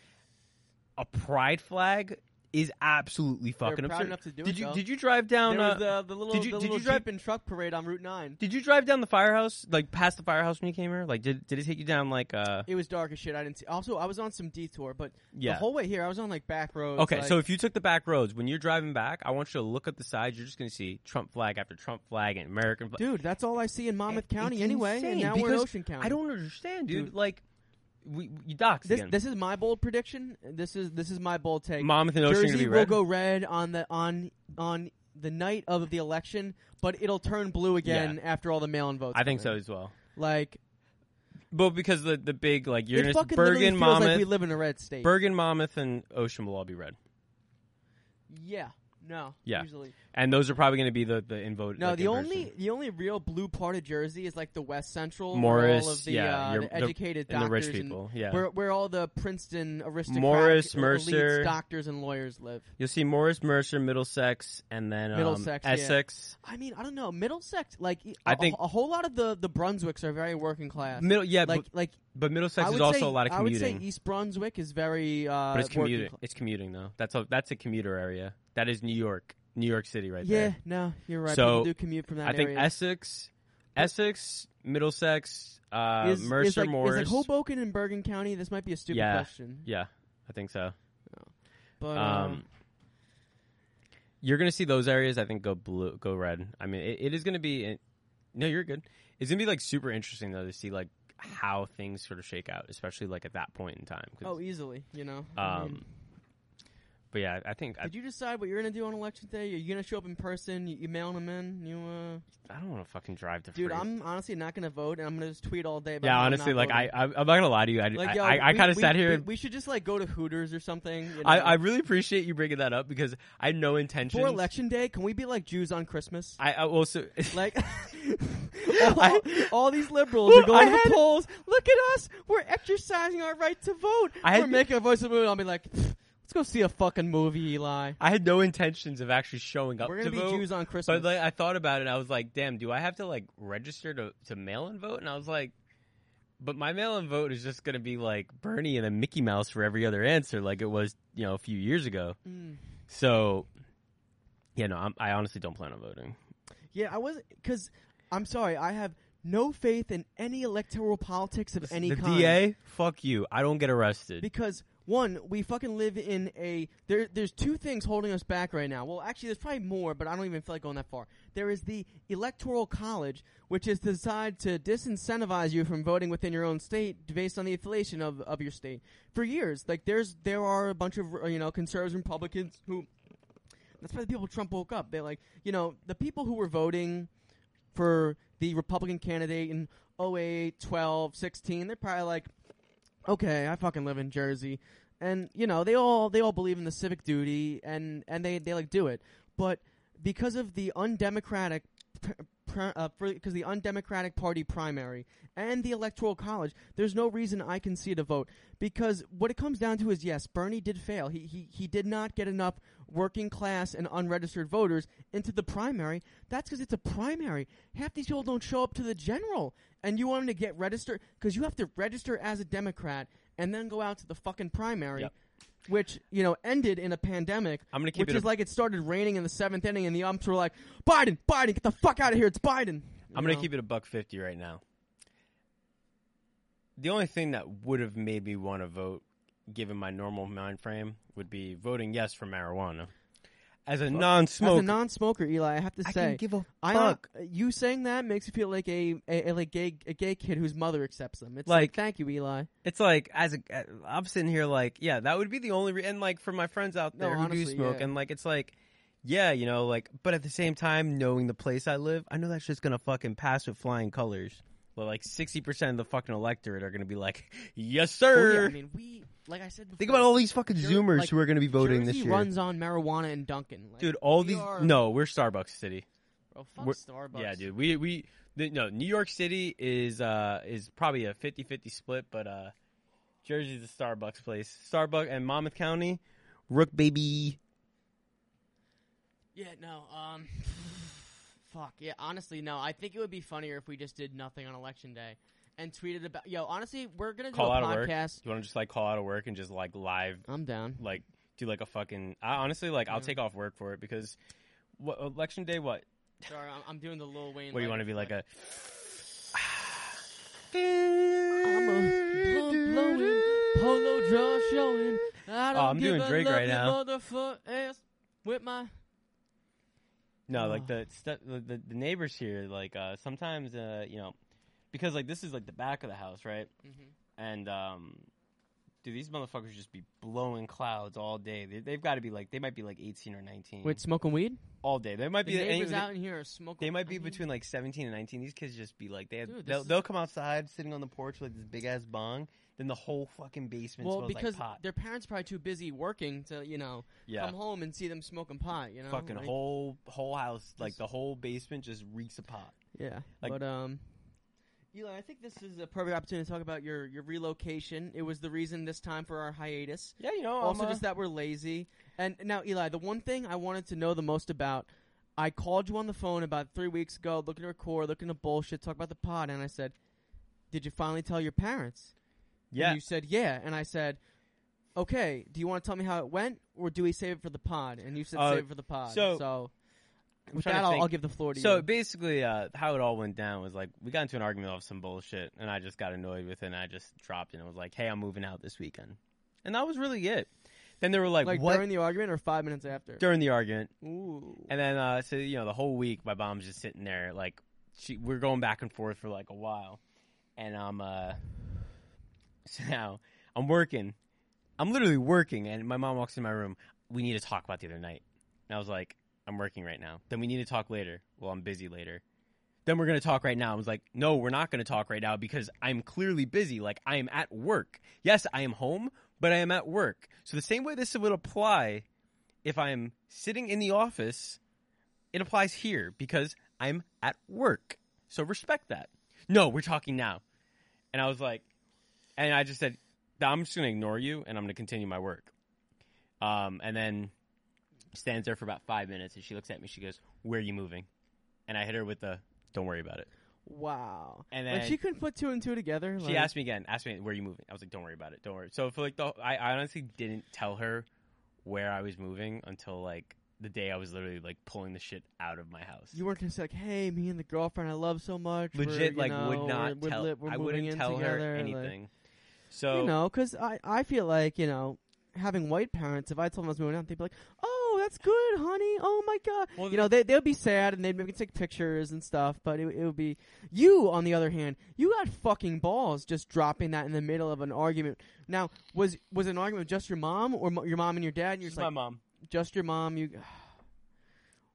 C: a pride flag is absolutely fucking
D: proud
C: absurd.
D: enough to do
C: did
D: it,
C: you
D: though.
C: did you drive down
D: There was
C: uh,
D: the, the little,
C: did you
D: the
C: did
D: little
C: you drive
D: Jeep and truck parade on Route Nine.
C: did you drive down the firehouse like past the firehouse when you came here? Like did did it hit you down like uh
D: It was dark as shit. I didn't see. Also, I was on some detour, but
C: Yeah.
D: the whole way here, I was on like back roads.
C: Okay,
D: like-
C: so if you took the back roads when you're driving back, I want you to look at the sides. You're just going to see Trump flag after Trump flag and American flag.
D: dude, that's all I see in Monmouth County
C: It's
D: anyway,
C: insane
D: and now we're in
C: because
D: Ocean County.
C: I don't understand, dude.
D: Dude.
C: Like, we, you docs
D: This
C: again.
D: this is my bold prediction. This is this is my bold take.
C: Monmouth and Ocean are gonna
D: Jersey
C: be
D: will
C: red?
D: go red on the on on the night of the election, but it'll turn blue again after all the mail-in votes.
C: I think so
D: come in.
C: as well.
D: Like
C: But because the the big like you're
D: it
C: going to
D: fucking
C: Bergen,
D: literally feels
C: Monmouth,
D: like we live in a red state.
C: Bergen, Monmouth, and Ocean will all be red,
D: yeah. No.
C: Yeah.
D: Usually.
C: and those are probably going to be the the invoted.
D: No,
C: like,
D: the
C: inversion.
D: only the only real blue part of Jersey is like the West Central, where
C: Morris,
D: all of the,
C: yeah,
D: uh,
C: your-
D: the
C: the-
D: educated
C: and the rich
D: doctors
C: people, yeah.
D: where, where all the Princeton aristocrats,
C: Morris, Mercer.
D: doctors, and lawyers live.
C: you'll see Morris, Mercer, Middlesex, and then um,
D: Middlesex, yeah.
C: Essex.
D: I mean, I don't know, Middlesex. Like, e-
C: I
D: a-
C: think-
D: a, whole lot of the the Brunswicks are very working class.
C: Middle, yeah,
D: like
C: but
D: like
C: But
D: I
C: Middlesex is
D: would
C: also
D: say-
C: a lot of
D: I would
C: commuting.
D: say East Brunswick is very. Uh,
C: but it's
D: working
C: commuting.
D: cl-
C: It's commuting though. That's a that's a commuter area. That is New York, New York City, right
D: yeah,
C: there.
D: no, you're right.
C: So,
D: People do commute from that
C: I think
D: area.
C: Essex, Essex, Middlesex, uh,
D: is,
C: Mercer,
D: is like,
C: Morris.
D: Is like Hoboken and Bergen County? This might be a stupid
C: Yeah.
D: question.
C: yeah, I think so.
D: But
C: Um, you're gonna see those areas. I think go blue, go red. I mean, it, it is gonna be. it- No, you're good. It's gonna be like super interesting though to see like how things sort of shake out, especially like at that point in time. 'cause-
D: uh, oh, easily, you know. I mean,
C: um, but yeah, I think I,
D: did you decide what you're gonna do on election day? Are you gonna show up in person? You, you mailing them in? You uh,
C: I don't want to fucking drive to.
D: dude,
C: Freed.
D: I'm honestly not gonna vote, and I'm gonna just tweet all day. About
C: Yeah,
D: how I'm
C: honestly,
D: not
C: like I,
D: voting.
C: I, I'm not gonna lie to you. I,
D: Like,
C: I,
D: yo,
C: I, I
D: we-
C: kind of
D: we-
C: sat here.
D: We,
C: and,
D: we should just like go to Hooters or something. you
C: I,
D: know?
C: I really appreciate you bringing that up because I had no intention.
D: for election day, can we be like Jews on Christmas?
C: I, I also
D: Like all,
C: I-
D: all these liberals
C: Well,
D: are going
C: I
D: to
C: had-
D: the polls. Look at us. We're exercising our right to vote.
C: I had-
D: We're making a voice of the moon. I'll be like, let's go see a fucking movie, Eli.
C: I had no intentions of actually showing up.
D: We're gonna
C: Uh, to
D: be
C: vote,
D: Jews on Christmas.
C: But like, I thought about it. and I was like, damn, do I have to like register to to mail in vote? And I was like, but my mail in vote is just gonna be like Bernie and a Mickey Mouse for every other answer, like it was you know a few years ago.
D: Mm.
C: So yeah, no, I'm, I honestly don't plan on voting.
D: Yeah, I wasn't because I'm sorry. I have no faith in any electoral politics of any
C: the
D: kind.
C: DA, fuck you. I don't get arrested.
D: because one, we fucking live in a there. There's two things holding us back right now. Well, actually, there's probably more, but I don't even feel like going that far. There is the electoral college, which is designed to disincentivize you from voting within your own state based on the affiliation of, of your state. For years, like there's there are a bunch of you know conservatives, and Republicans who. That's why the people Trump woke up. They're like, you know, the people who were voting for the Republican candidate in 08, 12, 16, they're probably like, okay, I fucking live in Jersey, and you know they all they all believe in the civic duty and and they they like do it, but because of the undemocratic because uh, for- 'cause the undemocratic party primary and the electoral college there's no reason i can see to vote because what it comes down to is yes bernie did fail he he, he did not get enough working class and unregistered voters into the primary that's because it's a primary half these people don't show up to the general and you want them to get registered because you have to register as a democrat and then go out to the fucking primary
C: Yep.
D: which you know ended in a pandemic
C: I'm gonna keep
D: which
C: it
D: is
C: a-
D: like it started raining in the seventh inning, and the umps were like, "Biden, Biden, get the fuck out of here! It's Biden."
C: I'm gonna keep it a buck fifty right now. The only thing that would have made me want to vote, given my normal mind frame, would be voting yes for marijuana. As a
D: As
C: non-smoker,
D: a non-smoker, Eli, I have to
C: I
D: say,
C: can give a
D: I uh,
C: fuck.
D: you saying that makes me feel like a, a, a like gay a gay kid whose mother accepts them. It's
C: Like-
D: like, thank you, Eli.
C: it's like as a, uh, I'm sitting here like, yeah, that would be the only, re- and like for my friends out
D: No,
C: there who do
D: honestly,
C: smoke,
D: yeah.
C: and like it's like, yeah, you know, like, but at the same time, knowing the place I live, I know that's just gonna fucking pass with flying colors. But like sixty percent of the fucking electorate are gonna be like, yes,
D: Well,
C: sir.
D: Oh, yeah, I mean, we like I said. Before,
C: Think about all these fucking
D: Jer-
C: Zoomers
D: like,
C: who are going to be voting
D: Jersey
C: this year.
D: runs on marijuana and Dunkin'. Like,
C: dude, all
D: we
C: these
D: are-
C: No, we're Starbucks City.
D: bro, fuck
C: we're-
D: Starbucks.
C: Yeah, dude. We we the, no, New York City is uh is probably a 50-50 split, but uh Jersey's a Starbucks place. Starbucks and Monmouth County, Rook baby.
D: Yeah, no. Um, fuck. Yeah, honestly, no. I think it would be funnier if we just did nothing on election day and tweeted about. Yo, honestly, we're gonna do
C: Call
D: a
C: out of work.
D: podcast.
C: You want to just like call out of work and just like live
D: I'm down.
C: like do like a fucking I honestly like I'll
D: Yeah.
C: take off work for it because what election day what?
D: Sorry, I'm, I'm doing the Lil Wayne.
C: What do you want to be like a
D: I'm a blunt blowing, polo draw showing. I don't
C: Oh, I'm
D: give
C: doing
D: a
C: Drake right now.
D: lovely motherfuck ass with my.
C: No, like
D: Ugh.
C: the, stu- the the the neighbors here, like uh, sometimes uh, you know, because like this is like the back of the house, right?
D: Mhm.
C: And um, do these motherfuckers just be blowing clouds all day? They, they've got to be like they might be like eighteen or nineteen.
D: Wait, smoking weed?
C: all day they might
D: The
C: be and
D: neighbors
C: they,
D: out in here are smoking.
C: they might
D: I
C: be
D: mean,
C: between like seventeen and nineteen. These kids just be like they have,
D: Dude, this
C: they'll,
D: is-
C: they'll come outside sitting on the porch with like this big ass bong. Then the whole fucking basement
D: Well,
C: smells
D: because
C: like pot.
D: their parents are probably too busy working to you know
C: Yeah,
D: come home and see them smoking pot. You know,
C: fucking
D: like,
C: whole whole house like
D: This-
C: the whole basement just reeks of pot.
D: Yeah.
C: Like-
D: but um Eli, I think this is a perfect opportunity to talk about your, your relocation. It was the reason this time for our hiatus.
C: Yeah, you know.
D: also just that we're lazy. And now Eli, the one thing I wanted to know the most about I called you on the phone about three weeks ago, looking to record, looking to bullshit, talk about the pod, and I said, Did you finally tell your parents?
C: Yeah.
D: And you said, yeah. And I said, okay, do you want to tell me how it went, or do we save it for the pod? And you said,
C: Uh,
D: save it for the pod.
C: so-
D: So, with
C: trying to
D: that, I'll,
C: think.
D: I'll give the floor to
C: So
D: you.
C: basically, uh, how it all went down was like we got into an argument of some bullshit, and I just got annoyed with it, and I just dropped it and was like, "Hey, I'm moving out this weekend," and that was really it. Then they were like,
D: like
C: "What?"
D: during the argument or five minutes after?
C: during the argument,
D: Ooh.
C: and then uh, so you know the whole week my mom's just sitting there like she we're going back and forth for like a while, and I'm uh so now I'm working, I'm literally working, and my mom walks in my room. We need to talk about the other night, and I was like, I'm working right now. Then we need to talk later. Well, I'm busy later. Then we're gonna talk right now. I was like, no, we're not gonna talk right now because I'm clearly busy. Like I am at work. Yes, I am home, but I am at work. So the same way this would apply if I'm sitting in the office, it applies here because I'm at work. So respect that. No, we're talking now. And I was like, and I just said, I'm just going to ignore you and I'm going to continue my work. Um, and then stands there for about five minutes and she looks at me. She goes, Where are you moving? And I hit her with the, Don't worry about it.
D: Wow.
C: And
D: like
C: then-
D: she couldn't put two and two together.
C: She
D: like-
C: asked me again, asked me, Where are you moving? I was like, Don't worry about it. Don't worry. So for like the, I, I honestly didn't tell her where I was moving until like the day I was literally like pulling the shit out of my house.
D: You weren't gonna say like, "Hey, me and the girlfriend I love so much." we're,
C: legit
D: you
C: like
D: know,
C: would not
D: we're- we're
C: tell
D: lit- we're
C: I
D: moving
C: wouldn't
D: in
C: tell her
D: together," like-
C: anything. so
D: you know, because I, I feel like, you know, having white parents, if I told them I was moving out, they'd be like, oh, that's good, honey. Oh, my God.
C: Well,
D: you know, they, they'd be sad and they'd maybe take pictures and stuff, but it, it would be. You, on the other hand, you got fucking balls just dropping that in the middle of an argument. Now, was was an argument with just your mom or mo- your mom and your dad? And you're
C: just
D: just
C: my
D: like,
C: mom.
D: just your mom. You.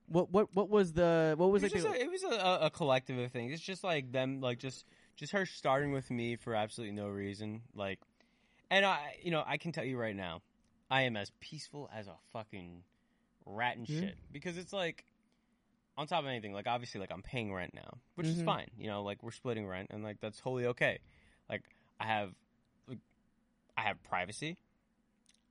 D: What what what was the what was
C: It was,
D: like
C: just
D: the,
C: a, it was a, a- a collective of things. It's just like them, like just just her starting with me for absolutely no reason. Like, and I, you know, I can tell you right now, I am as peaceful as a fucking rat and
D: Yeah.
C: shit because it's like on top of anything. Like, obviously, like I'm paying rent now, which is
D: Mhm.
C: fine. You know, like we're splitting rent, and like that's totally okay. Like, I have, like, I have privacy.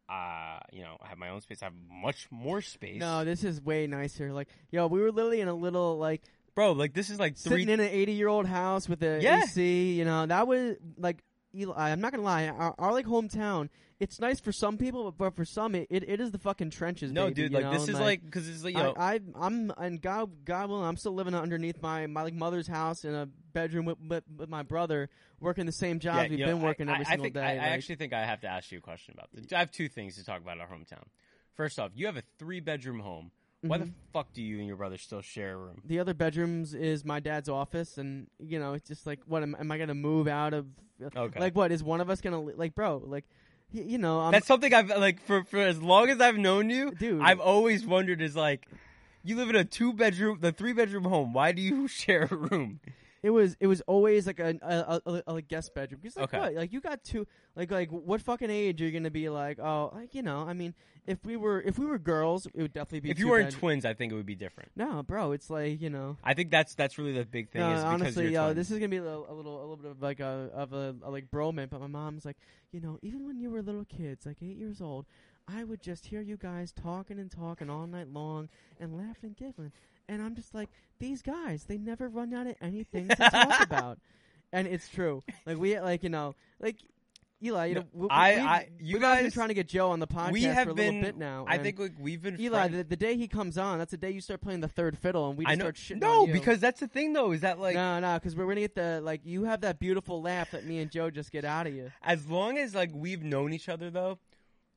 C: Uh, you know, I have my own space. I have much more space.
D: no? This is way nicer. Like yo, we were literally in a little like
C: bro, like this is like three
D: sitting in an 80 year old house with a
C: Yeah.
D: AC. You know, that was like, Eli- I'm not gonna lie, our, our like hometown. It's nice for some people, but, but for some, it, it, it is the fucking trenches.
C: No,
D: baby,
C: dude,
D: you
C: like
D: know?
C: this
D: And,
C: is like because it's like you know,
D: I, I I'm and God God willing, I'm still living underneath my my like mother's house in a bedroom with with, with my brother, working the same jobs
C: yeah,
D: we've
C: you know,
D: been working
C: I,
D: every
C: I
D: single
C: think,
D: day.
C: I, I
D: like-
C: actually think I have to ask you a question about this. I have two things to talk about our hometown. First off, you have a three bedroom home. Why
D: Mm-hmm.
C: the fuck do you and your brother still share a room?
D: the other bedrooms is my dad's office, and you know it's just like, what am, am I gonna move out of?
C: Okay.
D: Like, what is one of us gonna li- like, bro? Like, y- you know, I'm,
C: That's something I've like for for as long as I've known you,
D: Um, Dude.
C: I've always wondered is like. You live in a two bedroom, the three bedroom home. Why do you share a room?
D: It was it was always like a a, a, a, a guest bedroom. Because like
C: Okay.
D: what? Like you got two like like what fucking age are you gonna be like, oh like you know, I mean if we were if we were girls it would definitely be
C: If you
D: two
C: weren't
D: bedroom-
C: twins, I think it would be different.
D: No, bro, it's like, you know
C: I think that's that's really the big thing.
D: no,
C: is because
D: Uh, honestly,
C: you're
D: yo,
C: twins.
D: this is gonna be a little, a little, a little bit of like a of a, a like bromance. But my mom's like, you know, even when you were little kids, like eight years old, I would just hear you guys talking and talking all night long and laughing and giggling, and I'm just like, these guys, they never run out of anything to talk about, and it's true. Like we, like you know, like. Eli, you
C: No,
D: know, we,
C: I-
D: we've-
C: I- you
D: we've always been
C: guys-
D: trying to get Joe on the podcast
C: we have
D: for a
C: been.
D: little bit now.
C: I
D: and
C: think like, we've been
D: Eli,
C: friends-
D: the, the day he comes on, that's the day you start playing the third fiddle, and we just
C: I know.
D: start shitting
C: No,
D: on you.
C: because that's the thing though. Is that like
D: no, no, because we're gonna get the like you have that beautiful laugh that me and Joe just get out of you.
C: as long as like we've known each other though,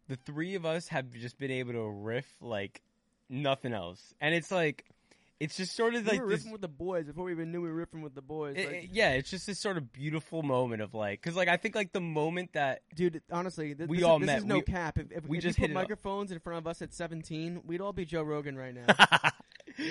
C: the three of us have just been able to riff like nothing else, and it's like it's just sort of
D: we
C: like
D: were
C: this.
D: riffing with the boys before we even knew we were riffing with the boys.
C: it-
D: like-
C: it- yeah, it's just this sort of beautiful moment of like, because like I think like the moment that
D: dude, honestly, th-
C: We
D: this,
C: all
D: this
C: met.
D: is no
C: We-
D: cap. If, if
C: we
D: if
C: just
D: you
C: hit
D: put
C: it up.
D: microphones in front of us at seventeen, we'd all be Joe Rogan right now.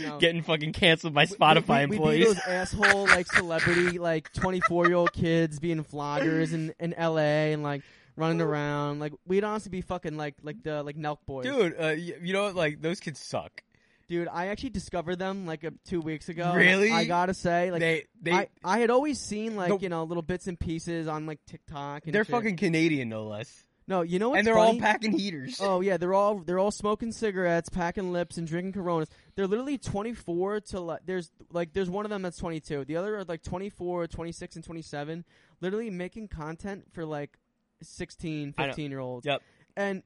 D: know.
C: getting fucking canceled by
D: We-
C: Spotify
D: we, we,
C: employees.
D: We'd be those asshole like celebrity like twenty four year old kids being vloggers in in L A. and like running around. Like we'd honestly be fucking like like the like Nelk boys.
C: Dude, uh, y- you know what, like those kids suck.
D: Dude, I actually discovered them like a, two weeks ago.
C: Really?
D: I gotta say, like
C: they they
D: I, I had always seen like
C: No.
D: you know little bits and pieces on like TikTok. And
C: they're
D: shit.
C: fucking Canadian no less,
D: no, you know what's
C: and they're all
D: funny?
C: packing heaters.
D: Oh yeah, they're all they're all smoking cigarettes, packing lips, and drinking Coronas. They're literally 24 to like there's like there's one of them that's 22. The other are like 24, 26, and 27. Literally making content for like 16,
E: I know.
D: 15 year olds.
E: Yep.
D: And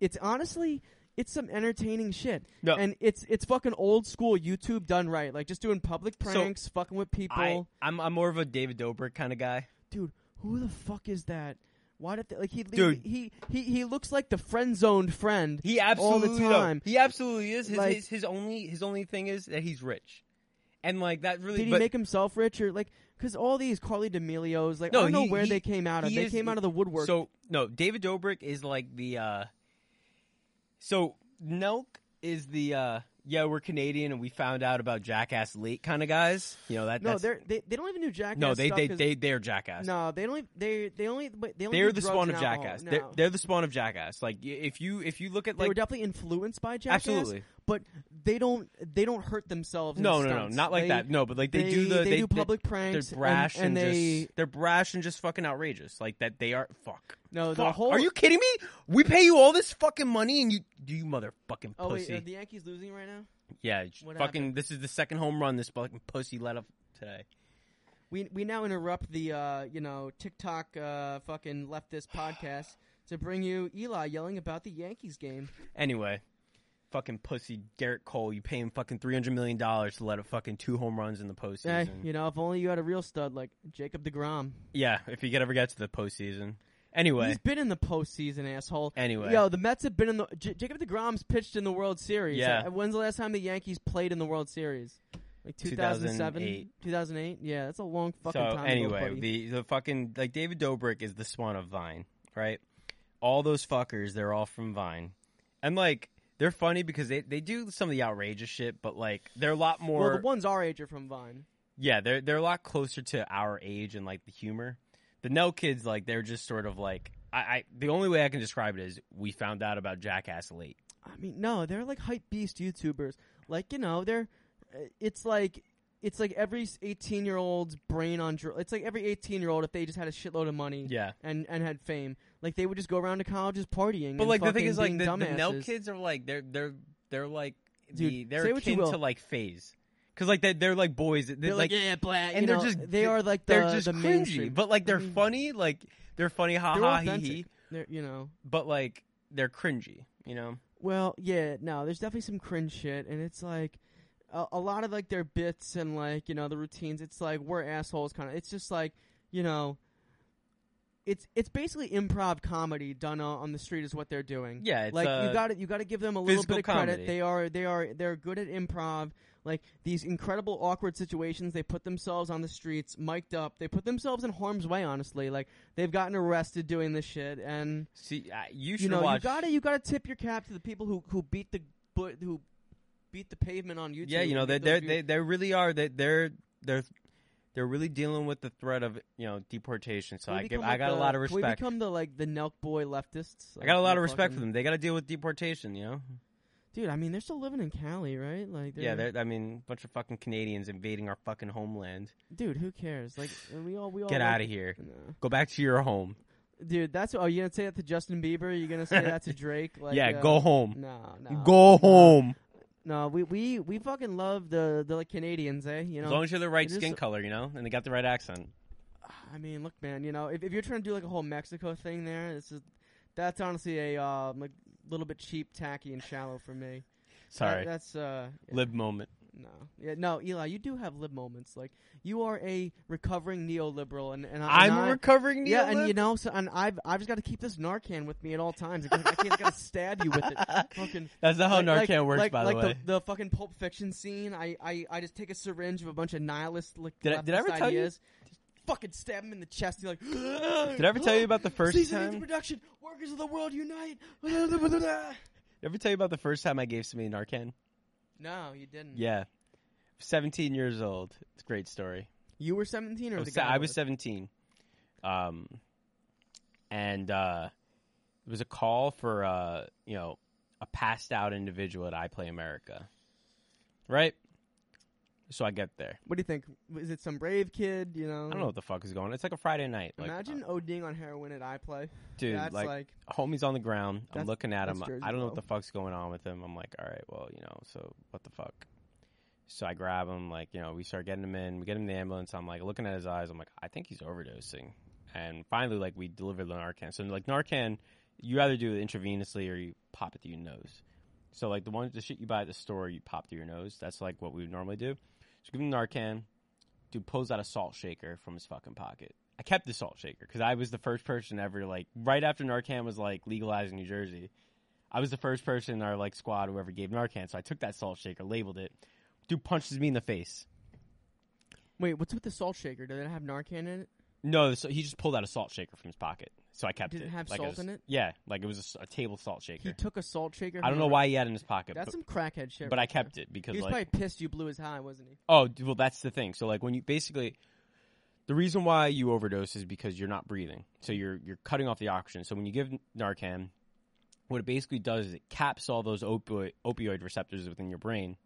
D: it's honestly, it's some entertaining shit.
E: No.
D: And it's it's fucking old school YouTube done right. Like just doing public pranks, fucking with people.
C: I, I'm I'm more of a David Dobrik kind of guy.
D: Dude, who the fuck is that? Why did they, like he,
C: Dude.
D: he he he looks like the friend zoned friend.
C: He
D: all
C: absolutely
D: the time.
C: He absolutely is. His,
D: Like-
C: his his only his only thing is that he's rich, and like that really.
D: Did he
C: but
D: make himself rich or like? Because all these Carly D'Amelio's, like I don't know
C: he-
D: where
C: he-
D: they came out of.
C: he
D: They
C: is-
D: came out of the woodwork.
C: So no, David Dobrik is like the. uh So Nelk is the. uh yeah, we're Canadian, and we found out about Jackass late kind of guys. You know that.
D: no,
C: that's,
D: they're, they they don't even do jackass.
C: no, they
D: stuff
C: they
D: 'cause-
C: they they're Jackass.
D: no, they don't. They they only but they only
C: they're
D: do
C: the
D: drugs
C: spawn
D: and
C: of
D: alcohol.
C: Jackass.
D: No.
C: They're they're the spawn of Jackass. Like y- if you if you look at
D: they were
C: like
D: definitely influenced by Jackass.
C: Absolutely.
D: but they don't they don't hurt themselves. in
C: no no no
D: stunts.
C: not like
D: They-
C: that. No, but like they,
D: they
C: do the
D: they
C: they
D: do public pranks
C: They're
D: and-
C: brash
D: and they-
C: just they're brash and just fucking outrageous. Like that they are fuck.
D: No, the
C: Fuck.
D: whole
C: Are you kidding me? We pay you all this fucking money and you do you motherfucking
D: Oh wait,
C: pussy.
D: are the Yankees losing right now?
C: yeah, j-
D: What
C: fucking this is the second home run this fucking pussy let up today.
D: We we now interrupt the uh, you know TikTok uh, fucking leftist podcast to bring you Eli yelling about the Yankees game.
C: Anyway, fucking pussy Garrett Cole, you pay him fucking 300 million dollars to let up fucking two home runs in the
D: Eh,
C: postseason.
D: you know, if only you had a real stud like Jacob Degrom.
C: yeah, if he could ever get to the postseason. Anyway,
D: He's been in the postseason, asshole.
C: Anyway.
D: yo, the Mets have been in the J- Jacob Degrom's pitched in the World Series.
C: Yeah.
D: Uh, when's the last time the Yankees played in the World Series? Like 2007,
C: 2008.
D: 2008. Yeah, that's a long fucking
C: so
D: time. ago,
C: anyway,
D: buddy.
C: the the fucking like David Dobrik is the swan of Vine, right? All those fuckers, they're all from Vine, and like they're funny because they they do some of the outrageous shit, but like they're a lot more.
D: well, the ones our age are from Vine.
C: yeah, they're they're a lot closer to our age and like the humor. The Nell kids, like they're just sort of like I, I. The only way I can describe it is we found out about Jackass late.
D: I mean, no, they're like hype beast YouTubers. Like you know, they're uh, it's like it's like every eighteen year old's brain on dr- it's like every eighteen year old if they just had a shitload of money,
C: Yeah.
D: and and had fame, like they would just go around to colleges partying.
C: But
D: and
C: like the thing
D: fucking
C: is, like
D: being
C: the, the Nell
D: dumbasses.
C: kids are like they're they're they're like the,
D: Dude,
C: they're
D: say what you
C: akin
D: will.
C: to like phase. Cause like they they're like boys, they're,
D: They're like,
C: like
D: yeah, blah, you
C: and they're
D: know,
C: just
D: they are like the
C: they're just
D: the
C: cringy,
D: mainstream,
C: but like they're
D: I mean,
C: funny, like they're funny, ha
D: they're
C: ha
D: authentic.
C: hee hee,
D: They're, you know,
C: but like they're cringy, you know.
D: well, yeah, no, there's definitely some cringe shit, and it's like a, a lot of like their bits and like you know the routines. It's like we're assholes, kind of. It's just like you know, it's it's basically improv comedy done on, on the street is what they're doing.
C: Yeah, it's,
D: like
C: uh,
D: you got to You got to give them a little
C: physical
D: bit of
C: comedy.
D: credit. They are they are they're good at improv. Like these incredible awkward situations, they put themselves on the streets, mic'd up. They put themselves in harm's way. Honestly, like they've gotten arrested doing this shit, and
C: See, I you should
D: you know
C: watch.
D: you gotta you gotta tip your cap to the people who who beat the bu- who beat the pavement on YouTube.
C: yeah, you know
D: and
C: they
D: get those
C: they
D: views.
C: they they really are. They they're they're they're really dealing with the threat of you know deportation. So
D: Can we
C: I give
D: become
C: I got
D: like
C: a
D: the-
C: lot of
D: can We
C: respect.
D: become the like the Nelk boy leftists.
C: I got a lot
D: Like, we're
C: of respect
D: fucking-
C: for them. They got to deal with deportation, you know.
D: dude. I mean, they're still living in Cali, right? Like,
C: Yeah, they're, I mean, bunch of fucking Canadians invading our fucking homeland.
D: dude. Who cares? Like, we all we all
C: Get
D: Oh, like-
C: out of here.
D: No.
C: Go back to your home.
D: Dude, that's are you gonna say that to Justin Bieber? Are you gonna say that to Drake? Like,
C: yeah,
D: uh,
C: go home.
D: No, no,
C: Go
D: no.
C: home.
D: No, we we we fucking love the the Canadians, eh? You know,
C: As long as you're the right
D: it is-
C: skin color, you know, and they got the right accent.
D: I mean, look, man. You know, if, if you're trying to do like a whole Mexico thing there, this is that's honestly a uh, like little bit cheap, tacky, and shallow for me. That-
C: Sorry,
D: that's uh, yeah,
C: lib moment.
D: no, yeah, no, Eli, you do have lib moments. Like you are a recovering neoliberal, and and, I-
C: I'm
D: Uh, and
C: a
D: I-
C: recovering
D: Yeah, and you
C: neolib.
D: know, so and I've I've just got to keep this Narcan with me at all times. I can't, I can't gotta stab you with it. Fucking
C: That's not how
D: like-
C: Narcan
D: like-
C: works,
D: like,
C: by
D: like
C: the way.
D: The, fucking Pulp Fiction scene. I, I, I just take a syringe of a bunch of nihilist like
C: Did I- did I ever
D: leftist
C: tell you-
D: ideas, just fucking stab him in the chest. And you're like,
C: Did I ever tell you about the first
D: season
C: time?
D: into
C: Did
D: production? Workers of the world unite!
C: I ever tell you about the first time I gave somebody Narcan?
D: no, you didn't.
C: Yeah, 17 years old. It's a great story.
D: you were seventeen, or
C: I
D: the
C: was,
D: guy
C: I was 17. Um, and uh, it was a call for uh, you know, a passed out individual at I Play America. Right? So I get there.
D: What do you think? Is it some brave kid? You know,
C: I don't know what the fuck is going on. It's like a Friday night. Like, uh,
D: Imagine ODing on heroin at iPlay.
C: dude,
D: that's
C: like,
D: like
C: homie's on the ground. I'm
D: That's-
C: looking at him.
D: that's Jersey
C: I don't know what the
D: Bow.
C: fuck's going on with him. I'm like, all right, well, you know, so what the fuck? So I grab him, like, you know, we start getting him in. We get him in the ambulance. I'm like, looking at his eyes. I'm like, I think he's overdosing. and finally like we delivered the Narcan. So like Narcan, you either do it intravenously or you pop it through your nose. So like the ones the shit you buy at the store, you pop through your nose. That's like what we would normally do. So give him Narcan. Dude pulls out a salt shaker from his fucking pocket. I kept the salt shaker because I was the first person ever like right after Narcan was like legalized in New Jersey. I was the first person in our like squad whoever gave Narcan, so I took that salt shaker, labeled it. Dude punches me in the face.
D: Wait, what's with the salt shaker? Did it have Narcan in it?
C: No, so he just pulled out a salt shaker from his pocket, so I kept
D: Did it
C: it.
D: have
C: Like,
D: salt
C: was-
D: in it?
C: Yeah, like it was a s- a, table salt
D: He
C: shaker.
D: took a salt shaker.
C: I don't know
D: from-
C: why he had it in his pocket,
D: That's
C: but,
D: some crackhead shit.
C: but I
D: right there.
C: kept it because
D: He was
C: like
D: probably pissed you blew his high, wasn't he?
C: Oh, d- well, that's the thing. So, like, when you basically, the reason why you overdose is because you're not breathing. So you're you're cutting off the oxygen. So when you give Narcan, what it basically does is it caps all those opioid opioid receptors within your brain.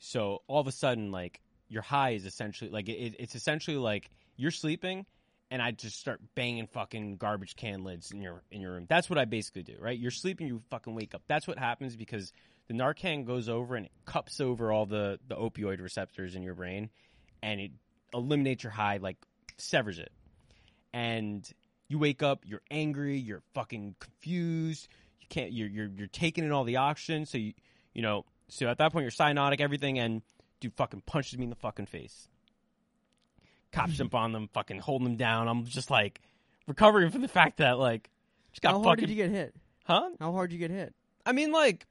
C: So all of a sudden, like, your high is essentially like it, it's essentially like you're sleeping, and I just start banging fucking garbage can lids in your in your room. That's what I basically do, right? You're sleeping, you fucking wake up. That's what happens because the Narcan goes over and it cups over all the the opioid receptors in your brain, and it eliminates your high, like severs it. And you wake up, you're angry, you're fucking confused. You can't. You're you're you're taking in all the oxygen, so you you know. So at that point, you're cyanotic, everything, and dude fucking punches me in the fucking face cops jump on them, fucking holding them down. I'm just like recovering from the fact that like just got
D: How hard
C: fucking
D: did you get hit?
C: huh?
D: How hard did you get hit?
C: I mean like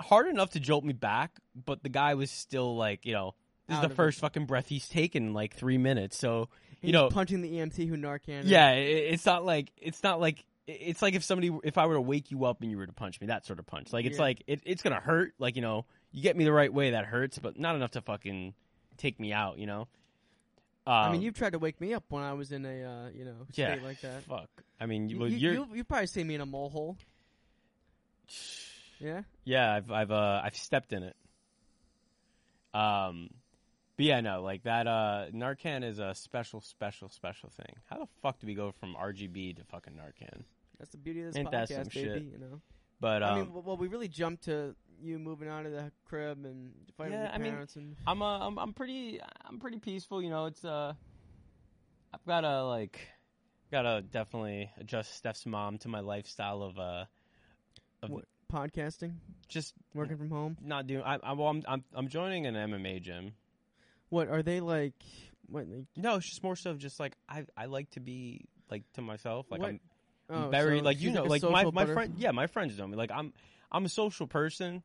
C: hard enough to jolt me back, but the guy was still like you know this
D: Out
C: is
D: of
C: the
D: it.
C: first fucking breath he's taken in like three minutes, so
D: He
C: you know
D: was punching the EMT who Narcan.
C: yeah, i- it's not like it's not like it's like if somebody if I were to wake you up and you were to punch me, that sort of punch. Like it's
D: Yeah.
C: like it, it's gonna hurt. Like you know, you get me the right way, that hurts, but not enough to fucking take me out. You know. Um,
D: I mean, you've tried to wake me up when I was in a uh, you know
C: yeah,
D: state like that.
C: Fuck. I mean,
D: You,
C: well,
D: you,
C: you're,
D: you, you probably seen me in a mole hole. Yeah.
C: Yeah, I've I've uh, I've stepped in it. Um, but yeah, no, like that. Uh, Narcan is a special, special, special thing. How the fuck do we go from RGB to fucking Narcan?
D: That's the beauty of this
C: Ain't
D: podcast,
C: that some
D: baby.
C: shit?
D: You know.
C: But
D: I
C: um,
D: mean, w- well, we really jumped to you moving out of the crib and fighting
C: Yeah,
D: with your
C: I mean,
D: parents and
C: I'm uh, I'm I'm pretty I'm pretty peaceful. You know, it's uh, I've got to like, got to definitely adjust Steph's mom to my lifestyle of uh, of
D: What? podcasting,
C: just
D: working from home.
C: not doing. I, I well, I'm I'm I'm joining an MMA gym.
D: What are they like? What? Like,
C: No, it's just more so just like I I like to be like to myself. Like
D: What?
C: I'm
D: oh,
C: very
D: so
C: like you
D: she's
C: know
D: a
C: like, my
D: social
C: my
D: butter-
C: friend yeah my friends know me like I'm I'm a social person,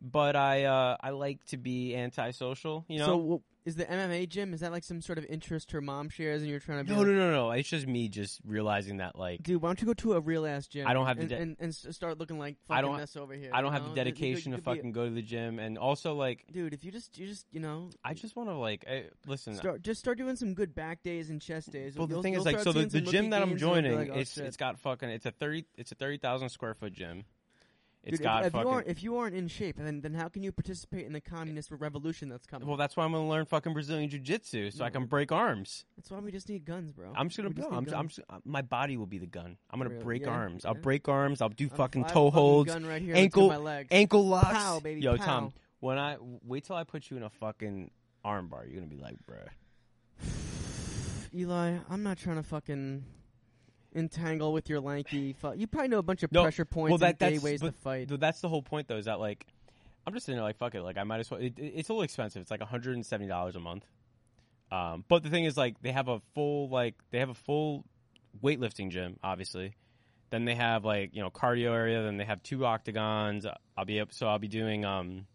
C: but I uh I like to be antisocial. You know.
D: So w- is the MMA gym? Is that like some sort of interest her mom shares, and you're trying to? Be
C: no,
D: like,
C: no, no, no. It's just me just realizing that like
D: Dude, why don't you go to a real ass gym?
C: I don't have the
D: and,
C: de-
D: and, and s- start looking like fucking
C: I don't-
D: mess over here.
C: I don't
D: you
C: have
D: know?
C: the
D: You- you could-
C: dedication
D: you
C: to
D: could be a-
C: fucking go to the gym, and also like
D: dude, if you just you just you know
C: I just want to like I, listen.
D: start just start doing some good back days and chest days.
C: well, the
D: You'll-
C: thing
D: you'll
C: is, like,
D: start
C: so the,
D: seeing
C: the
D: some
C: gym
D: rookie
C: that I'm
D: gains and you'll be
C: joining,
D: like, oh,
C: it's
D: shit.
C: it's got fucking it's a thirty it's a thirty thousand square foot gym. It's
D: Dude, if-
C: got
D: if,
C: fucking
D: you aren't if you aren't in shape, then then how can you participate in the communist revolution that's coming?
C: Well, that's why I'm gonna learn fucking Brazilian jiu jitsu so I can break arms.
D: that's why we just need guns, bro.
C: I'm just gonna.
D: We just
C: No,
D: need
C: I'm, I'm
D: guns.
C: just, uh, my body will be the gun. I'm gonna
D: Really?
C: break
D: Yeah,
C: arms. I'll
D: yeah.
C: break arms. I'll do
D: I'm-
C: fucking
D: I have a
C: toe holds,
D: gun right here
C: ankle,
D: between my legs.
C: ankle locks.
D: Pow, baby,
C: Yo,
D: pow.
C: Tom, when I wait till I put you in a fucking arm bar, you're gonna be like, bruh.
D: Eli, I'm not trying to fucking entangle with your lanky. Fu- you probably know a bunch of
C: No,
D: pressure points
C: well, that-
D: and gay
C: that's-
D: ways to
C: but-
D: fight.
C: Th- That's the whole point, though, is that like, I'm just sitting there like, fuck it, like I might as well. It, it- it's a little expensive. It's like 170 dollars a month. Um, but the thing is, like, they have a full like they have a full weightlifting gym, obviously. Then they have like you know cardio area. Then they have two octagons. I'll be up, so I'll be doing um.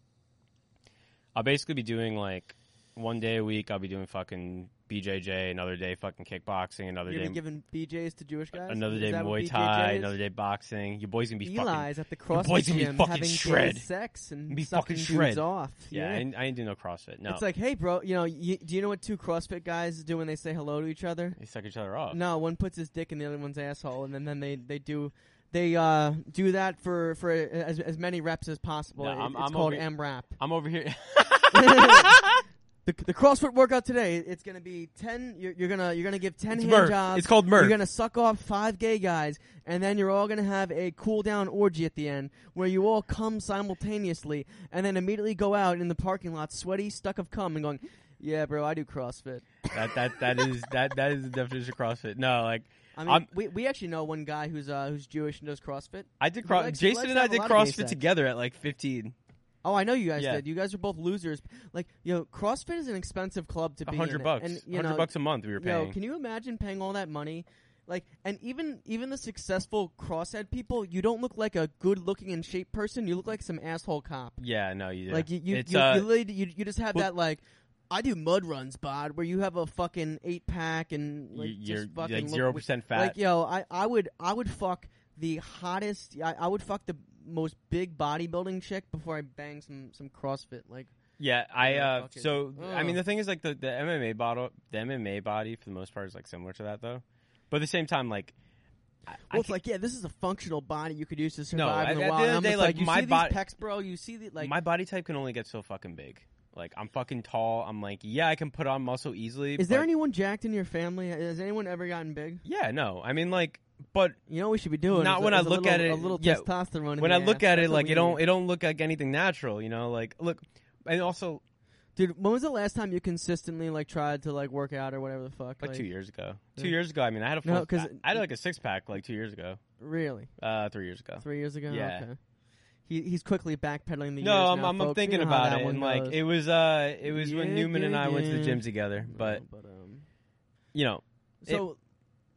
C: I'll basically be doing like one day a week. I'll be doing fucking BJJ. Another day, fucking kickboxing. Another
D: You're gonna
C: day,
D: be giving BJ's to Jewish guys.
C: another
D: Is
C: day
D: that what
C: Muay
D: BJJ
C: Thai.
D: is?
C: Another day boxing. Your boy's gonna be fucking
D: Eli's at the CrossFit
C: boy's gonna be
D: gym
C: fucking
D: having gay
C: shred.
D: sex and
C: Be fucking
D: sucking
C: shred.
D: dudes off.
C: Yeah, I, ain't, I ain't doing no CrossFit. No,
D: It's like, hey, bro, you know, you, do you know what two CrossFit guys do when they say hello to each other?
C: they suck each other off.
D: No, one puts his dick in the other one's asshole, and then, then they they do they uh, do that for for as, as many reps as possible.
C: No,
D: It-
C: I'm-
D: it's
C: I'm
D: called
C: over-
D: M rap.
C: I'm over here.
D: The, the CrossFit workout today, it's gonna be ten. You're, you're gonna you're gonna give ten
C: It's
D: hand
C: Murph.
D: jobs.
C: It's called Murph.
D: You're gonna suck off five gay guys, and then you're all gonna have a cool down orgy at the end, where you all come simultaneously, and then immediately go out in the parking lot, sweaty, stuck of cum, and going, "Yeah, bro, I do CrossFit."
C: that that that is that that is the definition of CrossFit. No, like
D: I
C: I'm-
D: mean, we, we actually know one guy who's uh, who's Jewish and does CrossFit.
C: I did
D: He
C: cross.
D: likes- he
C: Jason
D: likes
C: and
D: to
C: I
D: have a
C: did
D: lot of gay
C: CrossFit
D: sex.
C: together at like 15.
D: Oh, I know you guys
C: Yeah.
D: did. You guys are both losers. Like, yo, CrossFit is an expensive club to be
C: A
D: in.
C: hundred bucks.
D: and you
C: hundred
D: know,
C: bucks a month we were
D: Yo,
C: paying.
D: can you imagine paying all that money? Like, and even even the successful crosshead people, you don't look like a good-looking and shaped person. You look like some asshole cop.
C: yeah, no, you did.
D: Like you, you,
C: it's,
D: you,
C: uh,
D: you, literally- you, you just have
C: well-
D: that like, I do mud runs, bod, where you have a fucking eight pack and like
C: y- you're
D: just fucking
C: like
D: look
C: zero
D: wi-
C: percent fat.
D: Like yo, I, I would I would fuck the hottest. I, I would fuck the most big bodybuilding chick before I bang some some CrossFit. Like
C: Yeah, I
D: Yeah,
C: uh,
D: fuck it.
C: so I mean
D: Ugh.
C: the thing is like the, the MMA bottle the MMA body for the most part is like similar to that though, but at the same time like I, I
D: Well, it's
C: can't-
D: like, yeah, this is a functional body you could use to survive
C: at-
D: in
C: at
D: the
C: the
D: wild.
C: end of
D: I'm
C: the
D: just
C: day,
D: like,
C: like,
D: you
C: my
D: see
C: body-
D: these pecs, bro. You see the like.
C: my body type can only get so fucking big. Like I'm fucking tall. I'm like yeah I can put on muscle easily.
D: is there
C: but-
D: anyone jacked in your family? Has anyone ever gotten big?
C: Yeah, no. I mean like but
D: You know, what we should be doing.
C: Not
D: is a-
C: when I
D: is a
C: look
D: little-
C: at it-
D: A little
C: yeah,
D: testosterone. in
C: when
D: the
C: I look
D: ass.
C: at it
D: That's what
C: like
D: we
C: it don't
D: need.
C: it don't look like anything natural. You know like look and also
D: Dude, when was the last time you consistently like tried to like work out or whatever the fuck?
C: like, two years ago. Two
D: Yeah.
C: years ago. I mean I had a full
D: No, 'cause-
C: I had like a six pack like two years ago.
D: Really,
C: Uh, three years ago.
D: three years ago.
C: Yeah.
D: Okay. He, he's quickly backpedaling the years.
C: No, I'm,
D: now,
C: I'm,
D: folks.
C: I'm thinking
D: You know how
C: about
D: that
C: it,
D: one
C: and like
D: goes.
C: it was, uh, it was
D: Yeah,
C: when Newman and
D: yeah,
C: I went to the
D: yeah.
C: gym together.
D: No,
C: But
D: but um,
C: you know, It-
D: So,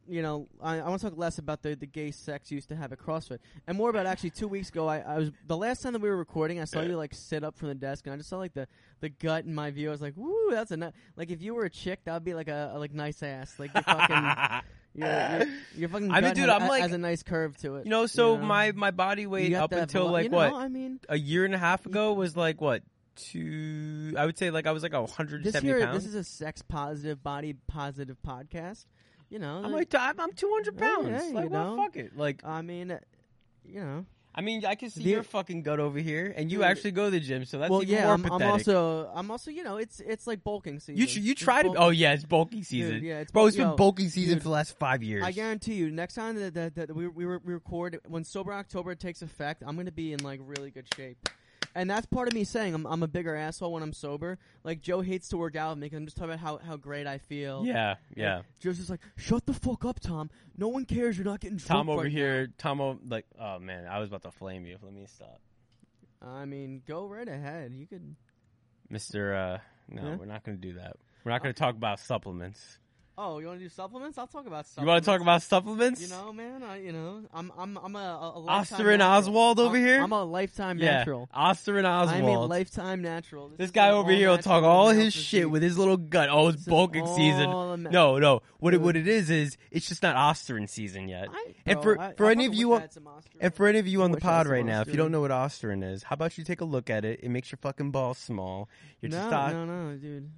D: you know, I, I want to talk less about the, the gay sex you used to have at CrossFit, and more about actually two weeks ago. I, I was the last time that we were recording. I saw you like sit up from the desk, and I just saw like the, the gut in my view. I was like, "Woo, that's a ni-" like if you were a chick, that would be like a, a like nice ass, like your fucking your, your, your fucking.
C: I mean,
D: gut
C: dude,
D: has,
C: I'm
D: a-
C: like-
D: has a nice curve to it.
C: you know, so
D: know?
C: my my body
D: You
C: weight
D: got
C: up
D: that
C: until
D: velo-
C: like
D: you know,
C: what
D: I mean,
C: a year and a half ago was like what two? I would say like I was like hundred
D: this
C: seventy
D: here,
C: pounds.
D: this is a sex positive, body positive podcast. You know,
C: I'm like I'm, I'm two hundred pounds.
D: Yeah, yeah,
C: like
D: you
C: well,
D: know.
C: fuck it. Like
D: I mean, uh, you know.
C: I mean, I can see
D: the-
C: your fucking gut over here, and you
D: Dude.
C: actually go to the gym, so that's
D: well,
C: even
D: yeah,
C: more
D: I'm, I'm
C: pathetic.
D: also, I'm also, you know, it's it's like bulking season.
C: you tr- you
D: It's
C: try to.
D: bulk-
C: Oh yeah, it's bulking season.
D: yeah, it's
C: bro.
D: bulk-
C: It's been
D: yo,
C: bulking season
D: dude,
C: for the last five years.
D: I guarantee you, next time that, that, that we, we re- we record when sober October takes effect, I'm gonna be in like really good shape. And that's part of me saying I'm, I'm a bigger asshole when I'm sober. Like Joe hates to work out with me 'cause I'm just talking about how, how great I feel.
C: Yeah, yeah.
D: Like, Joe's just like, shut the fuck up, Tom. No one cares. You're not getting drunk
C: Tom over
D: right
C: here, Tom, o- like, oh man, I was about to flame you. Let me stop,
D: now." I mean, go right ahead. You could.
C: Mister. Uh, no,
D: Yeah?
C: we're not going to do that. We're not going
D: Uh,
C: to talk about supplements.
D: Oh, you want to do supplements? I'll talk about
C: You
D: supplements.
C: want to talk about supplements?
D: You know, man. I, you know, I'm I'm I'm a, a, a lifetime
C: Oster and
D: natural.
C: Oswald over
D: I'm,
C: here.
D: I'm a lifetime
C: yeah,
D: natural.
C: Oster and Oswald.
D: I'm a lifetime natural.
C: this
D: is
C: guy
D: an
C: over here will
D: all-natural
C: talk all
D: male
C: his shit
D: physique.
C: with his little gut. Oh, it's
D: This is
C: bulking season.
D: all a ma-
C: No, no. What it,
D: Dude.
C: what it is is it's just not Osterin season yet.
D: I,
C: and
D: bro,
C: for
D: I-
C: for
D: I
C: any
D: probably
C: of you
D: wish I
C: on-
D: had some Oster
C: and for any of you on the
D: wish I had
C: pod
D: some
C: right now, if you
D: Osterin.
C: don't know what Osterin is, how about you take a look at it? It makes your fucking balls small. Your
D: no,
C: testo-
D: no, no, dude.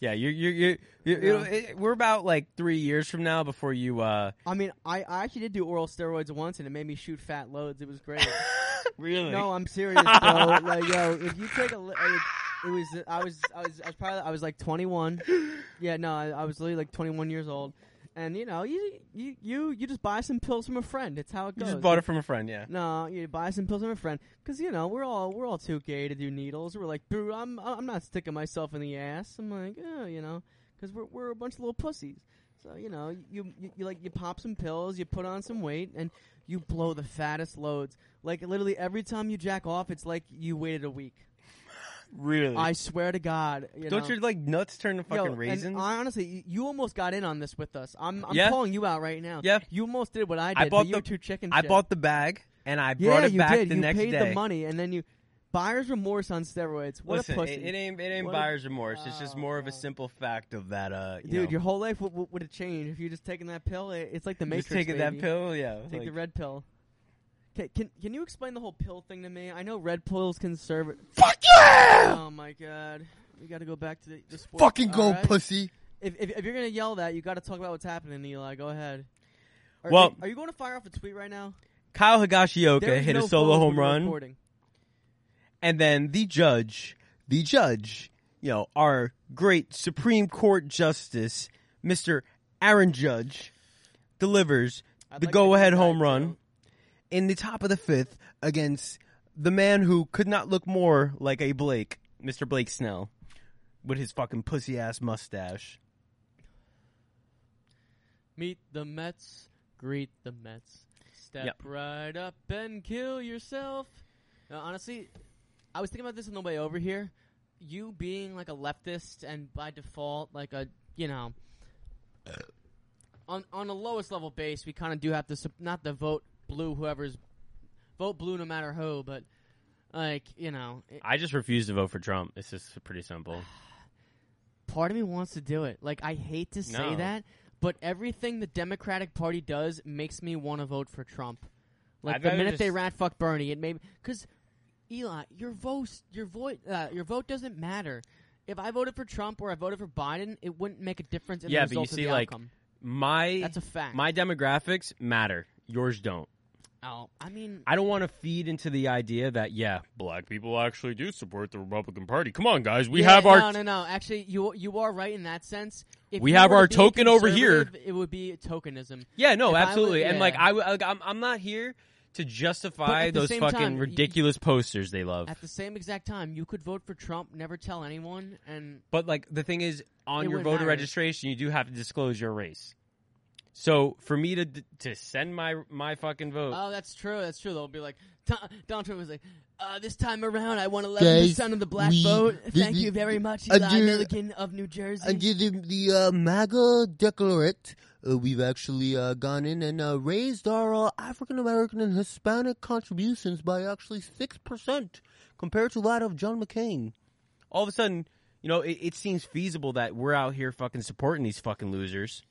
C: Yeah, you're you're you're, you're
D: Yeah.
C: it'll- it- we're about like three years from now before you. uh
D: I mean, I, I actually did do oral steroids once, and it made me shoot fat loads. It was great.
C: Really?
D: no, I'm serious, bro. Like, yo, if you take a, li- it, it was I was I was I was probably I was like 21. Yeah, no, I, I was literally like 21 years old, and you know, you you you you just buy some pills from a friend. It's how it
C: you
D: goes.
C: just bought it from a friend, yeah.
D: No, you buy some pills from a friend because you know we're all we're all too gay to do needles. We're like, boo, I'm I'm not sticking myself in the ass. I'm like, oh, you know, because we're we're a bunch of little pussies. So you know, you, you you like you pop some pills, you put on some weight, and you blow the fattest loads. Like literally every time you jack off, it's like you waited a week.
C: Really?
D: I swear to God, you
C: Don't
D: know?
C: your like nuts turn to
D: Yo,
C: fucking
D: and
C: raisins?
D: I, honestly, y- you almost got in on this with us. I'm, I'm
C: Yeah.
D: calling you out right now.
C: Yeah.
D: you almost did what I did.
C: I
D: but
C: bought
D: you
C: the-
D: were too chicken.
C: I
D: shit.
C: bought the bag and I
D: Yeah,
C: brought it
D: you
C: back
D: did.
C: the
D: you
C: next
D: paid
C: day.
D: the money, and then you buyer's remorse on steroids. What
C: Listen,
D: a pussy,
C: It, it ain't it ain't
D: What a-
C: buyer's remorse. it's just
D: Oh,
C: more of a
D: wow.
C: simple fact of that. Uh, you
D: dude.
C: know,
D: Your whole life w- w- would have changed if you just taken that pill. It- it's like the Matrix.
C: just taking that
D: baby.
C: pill, yeah.
D: Take
C: like-
D: the red pill. Ca can can you explain the whole pill thing to me? I know red pills conserve.
C: Fuck yeah!
D: Oh my god, we got to go back to the, the sports.
C: Fucking
D: All
C: go,
D: right?
C: pussy.
D: If, if, if you're gonna yell that, you got to talk about what's happening, Eli. Go ahead. Are,
C: Well-
D: are you going to fire off a tweet right now?
C: Kyle
D: There
C: Higashioka
D: is
C: hit
D: no
C: a solo
D: phones
C: home
D: when we're
C: run.
D: recording.
C: and then the judge, the judge, you know, our great Supreme Court Justice, Mr. Aaron Judge, delivers
D: I'd
C: the
D: like to
C: go ahead
D: hear that,
C: home run
D: too.
C: in the top of the fifth against the man who could not look more like a Blake, Mr. Blake Snell, with his fucking pussy ass mustache.
D: Meet the Mets, greet the Mets. Step
C: Yep.
D: right up and kill yourself. Now, honestly, I was thinking about this on the way over here. You being like a leftist and by default, like a you know, on on the lowest level base, we kind of do have to sup- not to vote blue. Whoever's vote blue, no matter who, but like you know, it-
C: I just refuse to vote for Trump. It's just pretty simple.
D: part of me wants to do it. Like I hate to say
C: No.
D: that, but everything the Democratic Party does makes me want to vote for Trump. Like
C: I'd
D: the
C: rather
D: minute they
C: just-
D: rat fuck Bernie, it made because Eli, your vote, your vote, uh, your vote doesn't matter. If I voted for Trump or I voted for Biden, it wouldn't make a difference in
C: Yeah,
D: the
C: but you
D: result
C: see,
D: of the
C: like,
D: outcome.
C: My
D: That's a fact.
C: my demographics matter. Yours don't.
D: oh, I mean,
C: I don't want to feed into the idea that yeah, black people actually do support the Republican Party. Come on, guys, we
D: yeah,
C: have our
D: no, no, no. Actually, you you are right in that sense. If
C: We
D: you
C: have
D: were to
C: our
D: be
C: token over here.
D: conservative, It would be tokenism.
C: yeah, no,
D: If I were-
C: absolutely. And like
D: yeah.
C: I, w- like, I'm, I'm not here to justify
D: at the
C: those
D: same
C: fucking
D: time, y-
C: ridiculous posters they love.
D: At the same exact time, you could vote for Trump, never tell anyone, and
C: But like the thing is, on
D: It
C: your
D: wouldn't
C: voter
D: matter.
C: registration, you do have to disclose your race. So for me to d- to send my my fucking vote,
D: Oh, that's true. That's true. They'll be like, Don- Donald Trump was like, uh, this time around, I won 11
F: Guys,
D: percent of the black
F: we-
D: vote.
F: the-
D: Thank
F: the-
D: you very much,
F: I
D: Eli
F: do-
D: Milligan of New Jersey.
F: Under the, the uh, MAGA Declarate, uh, we've actually uh, gone in and uh, raised our uh, African American and Hispanic contributions by actually 6% compared to that of John McCain.
C: all of a sudden, you know, it, it seems feasible that we're out here fucking supporting these fucking losers.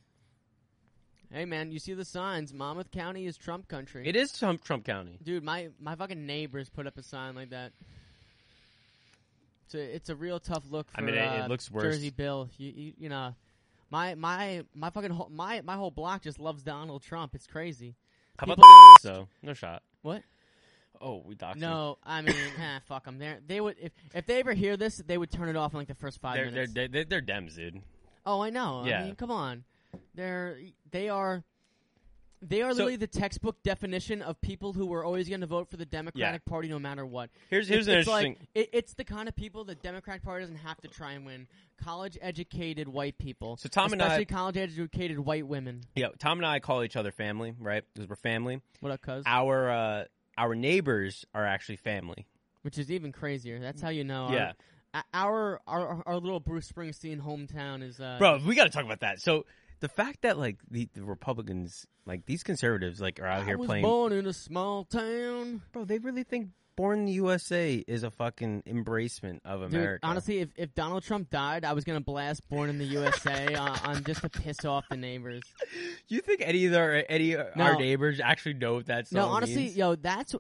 D: hey, man, you see the signs. Monmouth County is Trump country.
C: It is Trump, Trump County.
D: Dude, my, my fucking neighbors put up a sign like that. It's a, it's a real tough look for
C: I mean, it- it
D: uh,
C: looks worse.
D: Jersey Bill. You, you, you know, my my my fucking whole, my my whole block just loves Donald Trump. It's crazy.
C: How about
D: People-
C: the though? No shot.
D: What?
C: Oh, we doxed them.
D: No, I mean, ah, fuck them. They're, they would if if they ever hear this, they would turn it off in like the first 5
C: They're, they're,
D: minutes.
C: they're, they're, they're Dems, dude.
D: oh, I know. I
C: Yeah.
D: mean, come on. They're they are they are literally the textbook definition of people who were always going to vote for the Democratic Party no matter what.
C: Here's here's
D: it's,
C: an
D: it's
C: interesting.
D: Like, it, it's the kind of people the Democratic Party doesn't have to try and win. College educated white people.
C: So Tom and I-
D: especially college educated white women.
C: yeah, Tom and I call each other family, right? Because we're family.
D: What up, cuz?
C: Our uh, our neighbors are actually family.
D: Which is even crazier. That's how you know. our-
C: Yeah.
D: a- Our our our little Bruce Springsteen hometown is uh,
C: bro we got to talk about that so the fact that like the, the republicans like these conservatives like are out
D: I
C: here
D: was
C: playing
D: born in a small town.
C: bro they really think born in the usa is a fucking embracement of
D: Dude,
C: america
D: honestly, if, if Donald Trump died, I was gonna blast "Born in the USA" on, on just to piss off the neighbors.
C: you think any of our any of
D: No.
C: our neighbors actually know what that song
D: No, honestly,
C: means?
D: yo, that's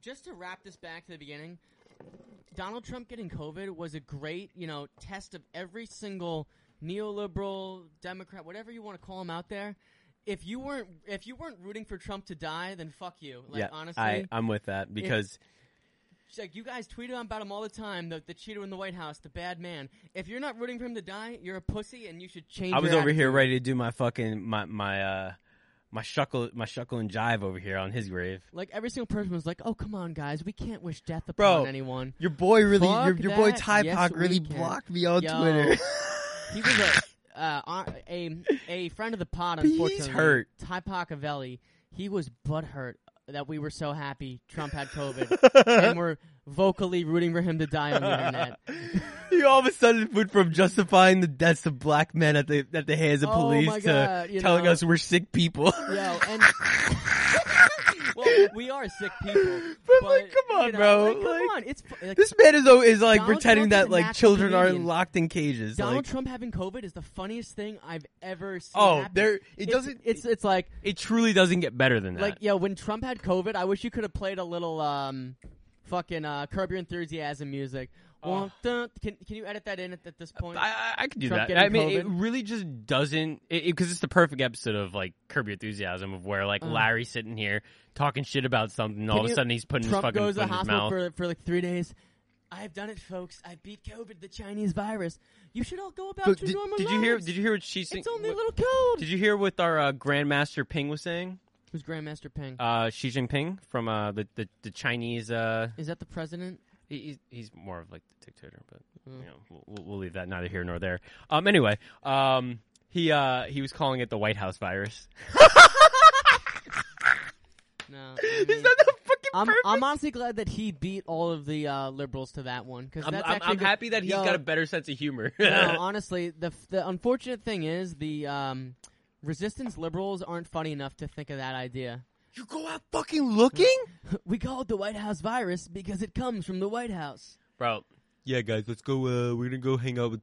D: just to wrap this back to the beginning. Donald Trump getting COVID was a great, you know, test of every single neoliberal Democrat, whatever you want to call him out there. If you weren't, if you weren't rooting for Trump to die, then fuck you. Like
C: yeah
D: honestly,
C: I, i'm with that because
D: She's like, you guys tweet about him all the time, the, the cheater in the White House, the bad man. If you're not rooting for him to die, you're a pussy and you should change
C: i was
D: your
C: over here
D: attitude."
C: ready to do my fucking my my uh my shuckle my shuckle and jive over here on his grave
D: Like, every single person was like, oh, come on, guys. We can't wish death upon
F: Bro.
D: anyone.
F: Your boy really,
D: Fuck
F: your, your boy
D: that.
F: Ty
D: Yes,
F: Pock
D: we
F: really
D: can.
F: blocked me on
D: Yo.
F: Twitter.
D: He was a, uh, on- a, a friend of the pod,
C: He's
D: unfortunately.
C: hurt.
D: Ty Pacavelli. He was butthurt that we were so happy Trump had COVID and we're vocally rooting for him to die on the internet.
C: you all of a sudden went from justifying the deaths of black men at the at the hands of
D: Oh my
C: police
D: God,
C: to
D: you
C: telling
D: know.
C: us we're sick people
D: Yo, and well, we are sick people.
C: But,
D: But,
C: like, come on,
D: you know,
C: bro,
D: Like, come
C: like,
D: on, it's fu- like,
C: This man is al- is like
D: Donald
C: pretending
D: Trump
C: that
D: is a
C: like
D: natural
C: children
D: comedian.
C: are locked in cages.
D: Donald
C: like
D: Trump having COVID is the funniest thing I've ever seen.
C: Oh,
D: happen.
C: there- it
D: It's-
C: doesn't-
D: It's it's like
C: it truly doesn't get better than that.
D: like yo, when Trump had COVID, I wish you could have played a little um, fucking uh, Curb Your Enthusiasm music. Womp dun- can can you edit that in at, at this point?
C: I, I, I could do that.
D: Trump getting
C: I mean, it
D: COVID.
C: really just doesn't because it, 'cause it's the perfect episode of like Curb Your Enthusiasm of where like
D: Uh.
C: Larry's sitting here talking shit about something, and all of a
D: you-
C: sudden he's putting
D: Trump
C: his fucking
D: goes to
C: foot
D: the
C: in his
D: hospital
C: mouth.
D: for for like three days. I've done it, folks. I beat COVID, the Chinese virus. You should all go about
C: But
D: your
C: did,
D: normal
C: did you hear?
D: lives.
C: Did you hear what she's saying?
D: It's only a little cold.
C: Did you hear what our uh, Grandmaster Ping was saying?
D: Who's Grandmaster Ping?
C: Uh, Xi Jinping from uh, the, the the Chinese. Uh,
D: Is that the president?
C: he- he's, he's more
D: Mm.
C: of like the dictator, but you know we'll, we'll leave that neither here nor there. Um, anyway, um, He uh he was calling it the White House virus.
D: No, I
C: Is
D: mean,
C: that the fucking
D: I'm,
C: perfect?
D: I'm honestly glad that he beat all of the uh, liberals to that one because
C: I'm,
D: that's
C: I'm-
D: actually
C: I'm
D: good-
C: happy that he's
D: Yo,
C: got a better sense of humor.
D: no, honestly, the f- the unfortunate thing is the um, resistance liberals aren't funny enough to think of that idea.
F: You go out fucking looking?
D: We call it the White House virus because it comes from the White House.
C: Bro,
F: Yeah, guys, let's go. Uh, we're gonna go hang out with.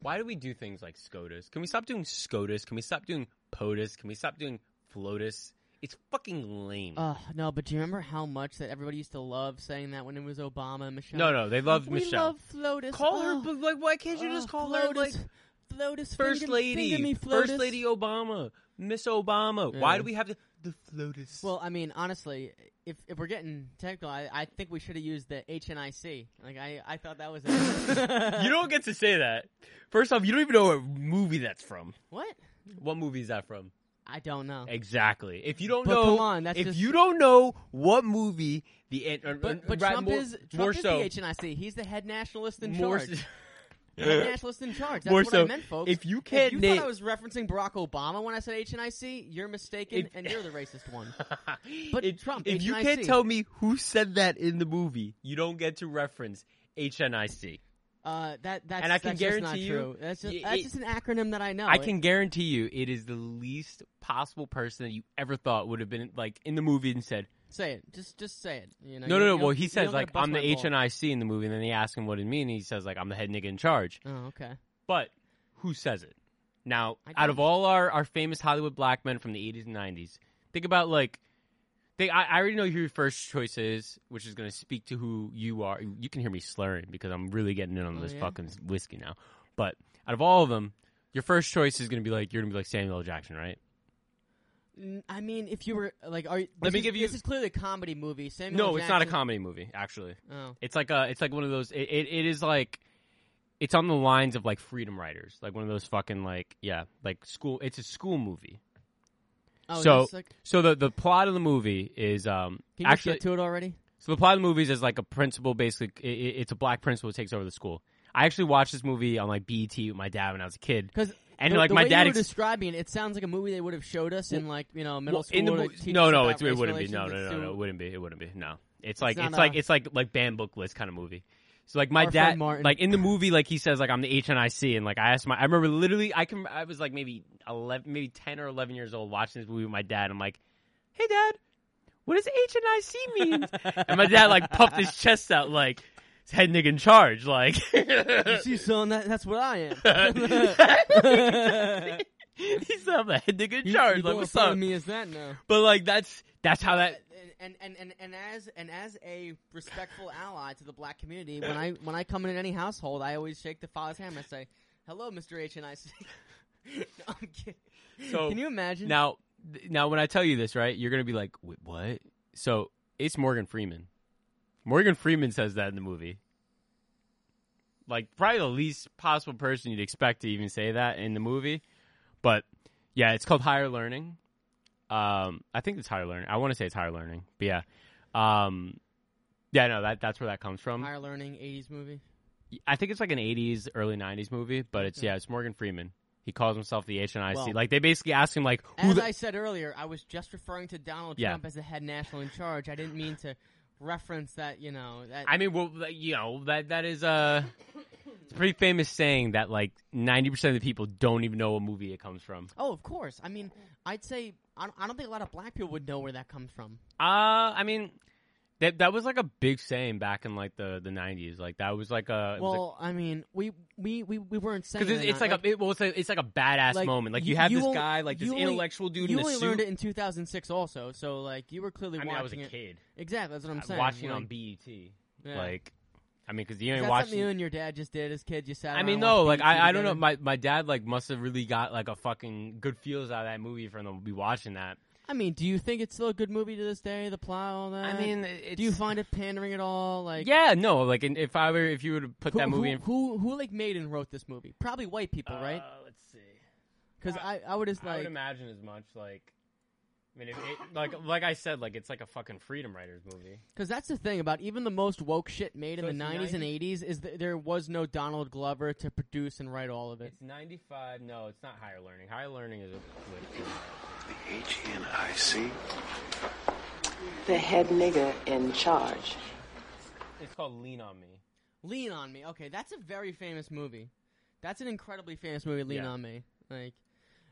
C: why do we do things like SCOTUS? Can we stop doing SCOTUS? Can we stop doing POTUS? Can we stop doing FLOTUS? It's fucking lame.
D: Oh no, but do you remember how much that everybody used to love saying that when it was Obama and Michelle?
C: no, no, they love
D: we
C: Michelle.
D: love Flotus.
C: call
D: oh,
C: her, but like, why can't you just
D: oh,
C: call her
D: Flotus,
C: like
D: Flotus,
C: First
D: finger-
C: Lady,
D: finger me,
C: First
D: Flotus.
C: Lady Obama, Miss Obama?
D: Yeah.
C: Why do we have to, the FLOTUS?
D: Well, I mean, honestly, if if we're getting technical, I, I think we should have used the HNIC. Like I, I thought that was a
C: you don't get to say that. First off, you don't even know what movie that's from.
D: what?
C: What movie is that from?
D: I don't know.
C: Exactly. If you don't
D: But
C: know,
D: come on, that's
C: if
D: just-
C: you don't know what movie the an- or-
D: But but
C: ra-
D: Trump
C: more,
D: is Trump
C: more
D: is
C: so
D: the HNIC. He's the head nationalist in
C: more
D: charge.
C: so-
D: head nationalist in charge. That's
C: More
D: what I
C: so,
D: meant, folks.
C: if you can't
D: you
C: name-
D: thought I was referencing Barack Obama when I said HNIC, you're mistaken,
C: If-
D: and you're the racist one. But
C: if,
D: Trump,
C: if you can't
D: HNIC.
C: tell me who said that in the movie, you don't get to reference HNIC.
D: Uh, that that's,
C: And I can
D: that's just
C: guarantee
D: not
C: you,
D: true. That's just,
C: y-
D: that's
C: it-
D: just an acronym that I know.
C: I can guarantee you, it is the least possible person that you ever thought would have been like in the movie and said,
D: say it. Just just say it. You know,
C: "No, no,
D: you don't-
C: no."
D: you don't-
C: Well, he
D: you
C: says
D: don't gotta
C: like,
D: bust
C: "I'm the
D: my balls.
C: HNIC" in the movie, and then they ask him what it means, and he says like, "I'm the head nigga in charge."
D: Oh, okay.
C: But who says it? Now,
D: I
C: out of
D: don't.
C: all our, our famous Hollywood black men from the 80s and 90s, think about like they I, I already know who your first choice is, which is going to speak to who you are. You can hear me slurring because I'm really getting in on
D: Oh,
C: this
D: yeah?
C: fucking whiskey now. But out of all of them, your first choice is going to be like you're going to be like Samuel L. Jackson, right?
D: N- I mean, if you were like, are you-
C: Let
D: this
C: me
D: is-
C: give you-
D: This is clearly a comedy movie. Samuel
C: no,
D: L.
C: it's not a
D: Jackson-
C: comedy movie actually.
D: Oh,
C: It's like a it's like one of those it, it, it is like it's on the lines of like freedom writers, like one of those fucking like yeah, like school it's a school movie.
D: oh is
C: So-
D: this, like,
C: So the the plot of the movie is um
D: can you
C: actually
D: get to it already?
C: so the plot of the movies is like a principal basically i i- it's a black principal who takes over the school. I actually watched this movie on like BET with my dad when I was a kid.
D: Because
C: And
D: the,
C: like
D: the
C: my
D: way
C: dad
D: you were
C: ex-
D: describing, it, it sounds like a movie they would have showed us in like you know middle
C: Well,
D: school.
C: in the
D: to
C: movie-
D: teach
C: no
D: us
C: no
D: about
C: it's, it
D: race
C: wouldn't be no no
D: relations.
C: no no it
D: It's
C: wouldn't be it wouldn't be no. It's like
D: not
C: it's, like
D: a-
C: it's like like band book list kind of movie. So like my
D: Our friend
C: dad
D: Martin.
C: like in the movie like he says like I'm the HNIC and like I asked my I remember literally I can I was like maybe 11 maybe 10 or 11 years old watching this movie with my dad. I'm like, "Hey dad, what does HNIC mean?" and my dad like puffed his chest out like "It's head nigga in charge like
D: too- You see, son, that, that's what I am.
C: He said, I'm the head nigga in
D: You-
C: charge.
D: you
C: like,
D: don't
C: what's
D: refer to
C: up?
D: Me as that now.
C: But like, that's that's how that.
D: and, and, and, and as and as a respectful ally to the black community, when I when I come in any household, I always shake the father's hand and I say, "Hello, Mr. H and I." no, I'm kidding.
C: So-
D: Can you imagine?
C: Now, th- now when I tell you this, right, you're gonna be like, Wait, what? So it's Morgan Freeman. Morgan Freeman says that in the movie. Like probably the least possible person you'd expect to even say that in the movie, but yeah, it's called Higher Learning. Um, I think it's Higher Learning. I want to say it's Higher Learning, but yeah, um, yeah, no, that that's where that comes from.
D: higher learning '80s movie.
C: I think it's like an '80s, early '90s movie, but it's yeah, it's Morgan Freeman. He calls himself the HNIC.
D: Well-
C: like they basically ask him like, who
D: As
C: the-
D: I said earlier, I was just referring to Donald
C: Yeah.
D: Trump as the head national in charge. I didn't mean to reference that. You know that.
C: I mean, well, like, you know that that is uh, it's a pretty famous saying that like ninety percent of the people don't even know what movie it comes from.
D: oh, of course. I mean, I'd say I don't, I don't think a lot of black people would know where that comes from.
C: Uh, I mean, that that was like a big saying back in like the the nineties. Like that was like a it was, like-
D: Well, I mean, we we we, we weren't saying
C: 'cause it's,
D: they're
C: it's
D: not.
C: like a it, well, it's a it's like a badass
D: Like,
C: moment. Like you,
D: you-
C: have
D: you
C: this
D: only-
C: guy, like this
D: you only-
C: intellectual dude
D: you
C: in a
D: only
C: suit.
D: learned it in 2006 also so like you were clearly
C: I mean,
D: watching
C: I was a
D: it
C: kid
D: exactly that's what i'm saying
C: watching it on
D: like,
C: BET.
D: yeah.
C: Like, I mean, because you
D: Is
C: ain't
D: that
C: watching.
D: something you and your dad just did as kids you sat
C: I
D: around
C: mean,
D: and
C: no, like
D: watched BET
C: I, I don't know. My
D: together?
C: my dad like must have really got like a fucking good feels out of that movie for them to be watching that.
D: i mean do you think it's still a good movie to this day the plot all that
C: I mean, it's,
D: do you find it pandering at all like
C: Yeah, no, like and if I were if you were to put
D: who,
C: that movie
D: who,
C: in,
D: who who like made and wrote this movie probably white people right
C: Uh, let's see.
D: because I, I would just
C: I
D: like
C: would imagine as much like I mean, it, it- like like I said, like it's like a fucking Freedom Riders movie.
D: Because that's the thing about even the most woke shit made
C: So
D: in
C: it's
D: the 90s and 80s is that there was no Donald Glover to produce and write all of it.
C: It's ninety five. No, it's not Higher Learning. Higher Learning is a.
A: The H E N I C.
G: The head nigger in charge.
C: It's called Lean on Me.
D: Lean on Me. Okay, that's a very famous movie. That's an incredibly famous movie, Lean
C: Yeah.
D: on Me. Like,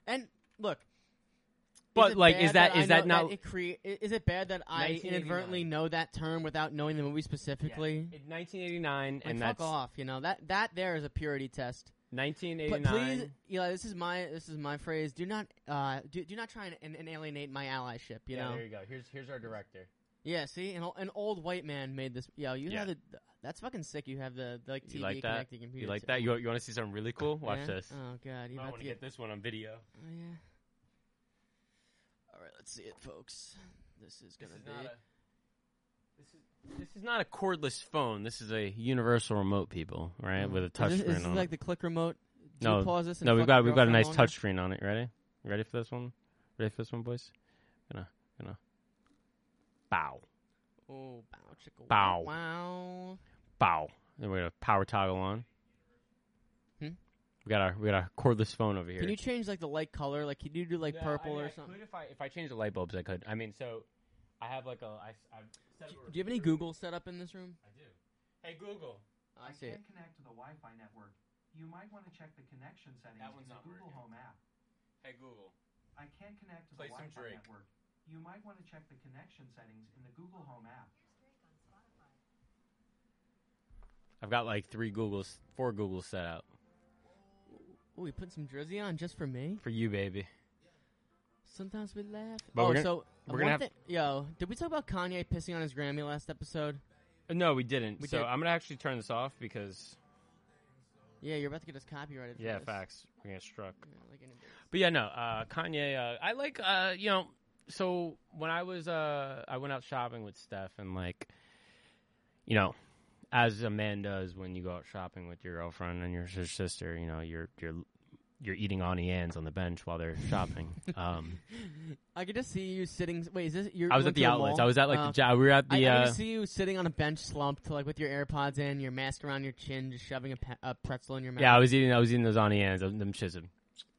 D: and look.
C: But,
D: it
C: like,
D: bad
C: is that-
D: I
C: is that
D: know-
C: not-
D: it crea- i- is it bad that I
C: 1989.
D: inadvertently know that term without knowing the movie specifically?
C: In nineteen eighty nine,
D: Like,
C: and
D: fuck
C: that's
D: off, you know that that there is a purity test.
C: nineteen eighty
D: But please,
C: nine.
D: Eli, this is my this is my phrase. Do not uh do, do not try and, and, and alienate my allyship. You
C: Yeah,
D: know,
C: there you go. Here's here's our director.
D: Yeah, see, an, ol- an old white man made this. Yo, you
C: Yeah.
D: have the. That's fucking sick. You have the, the like TV
C: You like that?
D: connected computer.
C: You like
D: to-
C: that? You you want to see something really cool? Watch
D: Yeah?
C: this.
D: Oh god, you
C: I
D: have
C: want
D: to
C: to
D: get.
C: get this one on video.
D: Oh yeah. All right, let's see it, folks. This is gonna be.
C: This is not a cordless phone. This is a universal remote, people, right? With a touch
D: Mm. is this,
C: screen
D: is this
C: on
D: like
C: it.
D: the click remote? Do
C: No,
D: you pause this and
C: no, we've
D: fuck your
C: got we've got a
D: girlfriend
C: nice
D: longer?
C: touch screen on it. Ready? Ready for this one? Ready for this one, boys? Gonna gonna bow
D: Oh, bow, chicka,
C: Bow.
D: Wow.
C: bow. Then we're gonna power toggle on.
D: Hmm?
C: We got our we got our cordless phone over here.
D: Can you change like the light color? Like, can you do like
C: No,
D: purple
C: I mean,
D: or
C: I
D: something?
C: Could if I if I change the light bulbs, I could. I mean, so I have like a I, I've set
D: Do
C: up a
D: you have any Google set up in this room?
C: I do. Hey Google.
D: Oh, I see it.
H: can't connect to the Wi-Fi network. You might want to check the connection settings
C: That one's
H: in the
C: not
H: Google Home
C: working.
H: app.
C: Hey Google.
H: I can't connect to
C: Play
H: the
C: some
H: Wi-Fi
C: Drake.
H: network. You might want to check the connection settings in the Google Home app.
C: I've got like three Googles, four Googles set out
D: Oh, we put some Drizzy on just for me.
C: for you, baby.
D: Sometimes we laugh.
C: But
D: oh,
C: we're gonna-
D: so
C: we're gonna
D: one
C: have-
D: thi- yo, did we talk about Kanye pissing on his Grammy last episode?
C: Uh, No, we didn't.
D: We
C: so
D: did-
C: I'm gonna actually turn this off because
D: Yeah, you're about to get us copyrighted. for
C: yeah,
D: this.
C: facts. We're gonna struck.
D: Yeah, like any-
C: But yeah, no, uh, Kanye. Uh, I like uh, you know. So when I was uh, I went out shopping with Steph and like, you know, as a man does when you go out shopping with your girlfriend and your s- sister, you know, you're you're you're eating onions on the bench while they're shopping. um,
D: I could just see you sitting. Wait, is this? You're,
C: I was at
D: you went to
C: the outlets.
D: mall?
C: I was at like
D: Oh.
C: the job. We were at the.
D: I, I
C: uh,
D: could see you sitting on a bench, slumped, like with your AirPods in, your mask around your chin, just shoving a, pe- a pretzel in your mouth.
C: yeah, I was eating. I was eating those onions. Them chism.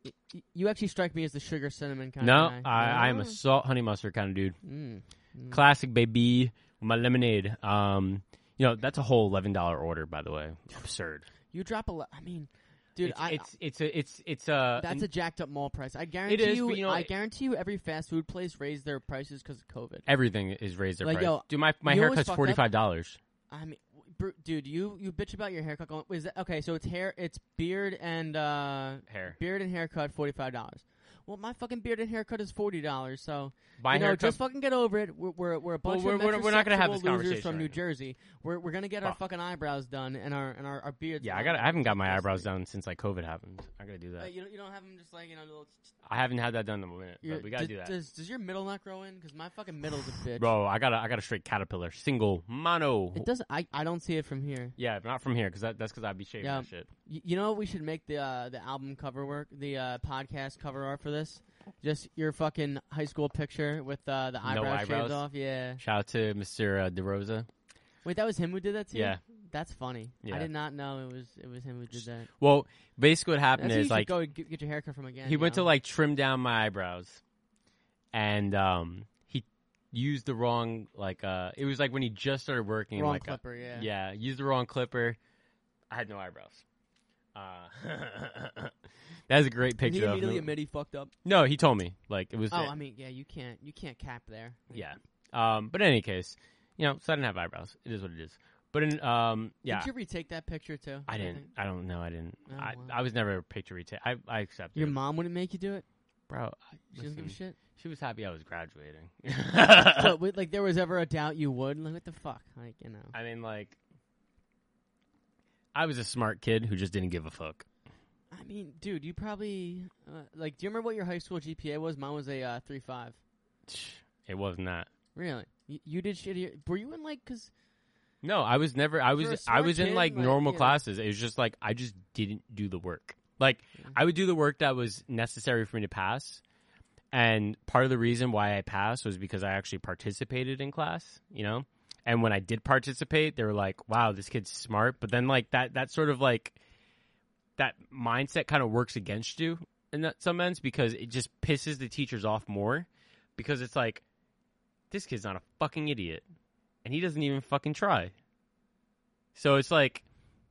D: Y- you actually strike me as the sugar cinnamon kind
C: No,
D: of guy.
C: I, I am a
D: Oh.
C: salt honey mustard kind of dude.
D: Mm.
C: Classic baby, my lemonade. Um, you know that's a whole eleven dollar order, by the way. Absurd.
D: You drop a. Lo- I mean, dude,
C: it's,
D: I. uh,
C: it's it's a it's it's uh, a
D: that's
C: an-
D: a jacked up mall price. I guarantee
C: is,
D: you.
C: but you know,
D: I
C: it-
D: guarantee you, every fast food place raised their prices because of COVID.
C: everything is raised their
D: Like,
C: price.
D: yo,
C: Dude, my my
D: you always
C: haircut's
D: fucked up.
C: forty five dollars.
D: I mean, w- br- dude, you you bitch about your haircut going. Is that, okay, so it's hair, it's beard and uh
C: Hair.
D: beard and haircut, forty five dollars. Well, my fucking beard and haircut is forty dollars. So
C: My
D: you know,
C: haircut-
D: just fucking get over it. We're we're, we're a bunch
C: we're-
D: of
C: we're- we're not gonna have this
D: metrosexual losers
C: conversation
D: from
C: right
D: New
C: now.
D: Jersey. We're we're gonna get our
C: Fuck.
D: fucking eyebrows done and our and our, our beards.
C: Yeah, I
D: done.
C: got I haven't got my
D: Disgusting.
C: eyebrows done since like COVID happened. I gotta do
D: Uh,
C: that.
D: you don't you don't have them just like you know. Little
C: I haven't had that done in a minute,
D: your-
C: but we gotta
D: d-
C: do that,
D: Does, does your middle not grow in? Because my fucking middle's a bitch.
C: bro. I got a, I got a straight caterpillar, single mono.
D: It doesn't. I I don't see it from here.
C: Yeah, but not from here because that, that's because I'd be shaving
D: Yeah.
C: that shit.
D: Y- You know what we should make the uh, the album cover work, the uh, podcast cover art for this? Just your fucking high school picture with uh, the eyebrow
C: eyebrows?
D: shaved off. Yeah.
C: Shout out to Mr. Uh, DeRosa.
D: Wait, that was him who did that to you?
C: Yeah.
D: That's funny.
C: Yeah.
D: I did not know it was it was him who did that.
C: Well, basically what happened
D: That's who you
C: is
D: should
C: like
D: go and get get your haircut from again.
C: he
D: you
C: went
D: know?
C: to like trim down my eyebrows and um he used the wrong like uh it was like when he just started working
D: wrong
C: like uh,
D: clipper. yeah.
C: yeah used the wrong clipper i had no eyebrows uh that's a great
D: Did
C: picture
D: he
C: of
D: immediately
C: him.
D: admit he fucked up?
C: no he told me like it was uh,
D: Oh, I mean, yeah, you can't you can't cap there.
C: yeah um but in any case you know so i didn't have eyebrows it is what it is but in um yeah
D: Did you retake that picture too?
C: i didn't i don't know i didn't
D: Oh,
C: I,
D: wow.
C: I was never a picture retail i i accepted
D: Your
C: it.
D: mom wouldn't make you do it.
C: bro I-
D: She doesn't give a
C: listen.
D: shit.
C: She was happy I was graduating.
D: but wait, like, there was ever a doubt you would. Like, what the fuck? Like, you know.
C: I mean, like, I was a smart kid who just didn't give a fuck.
D: I mean, dude, you probably uh, like. Do you remember what your high school GPA was? Mine was a uh, three five.
C: It was not.
D: Really? You, you did shit. Here. Were you in like? Cause
C: No, I was never. I
D: You're
C: was.
D: a
C: I
D: smart
C: was in
D: kid,
C: like
D: like,
C: normal
D: you know.
C: classes. It was just like I just
D: Mm-hmm.
C: didn't do the work. Like I would do the work that was necessary for me to pass, And part of the reason why I passed was because I actually participated in class, you know? And when I did participate, they were like, wow, this kid's smart. But then, like, that, that sort of like, that mindset kind of works against you in that some ends because it just pisses the teachers off more because it's like, this kid's not a fucking idiot and he doesn't even fucking try. So it's like,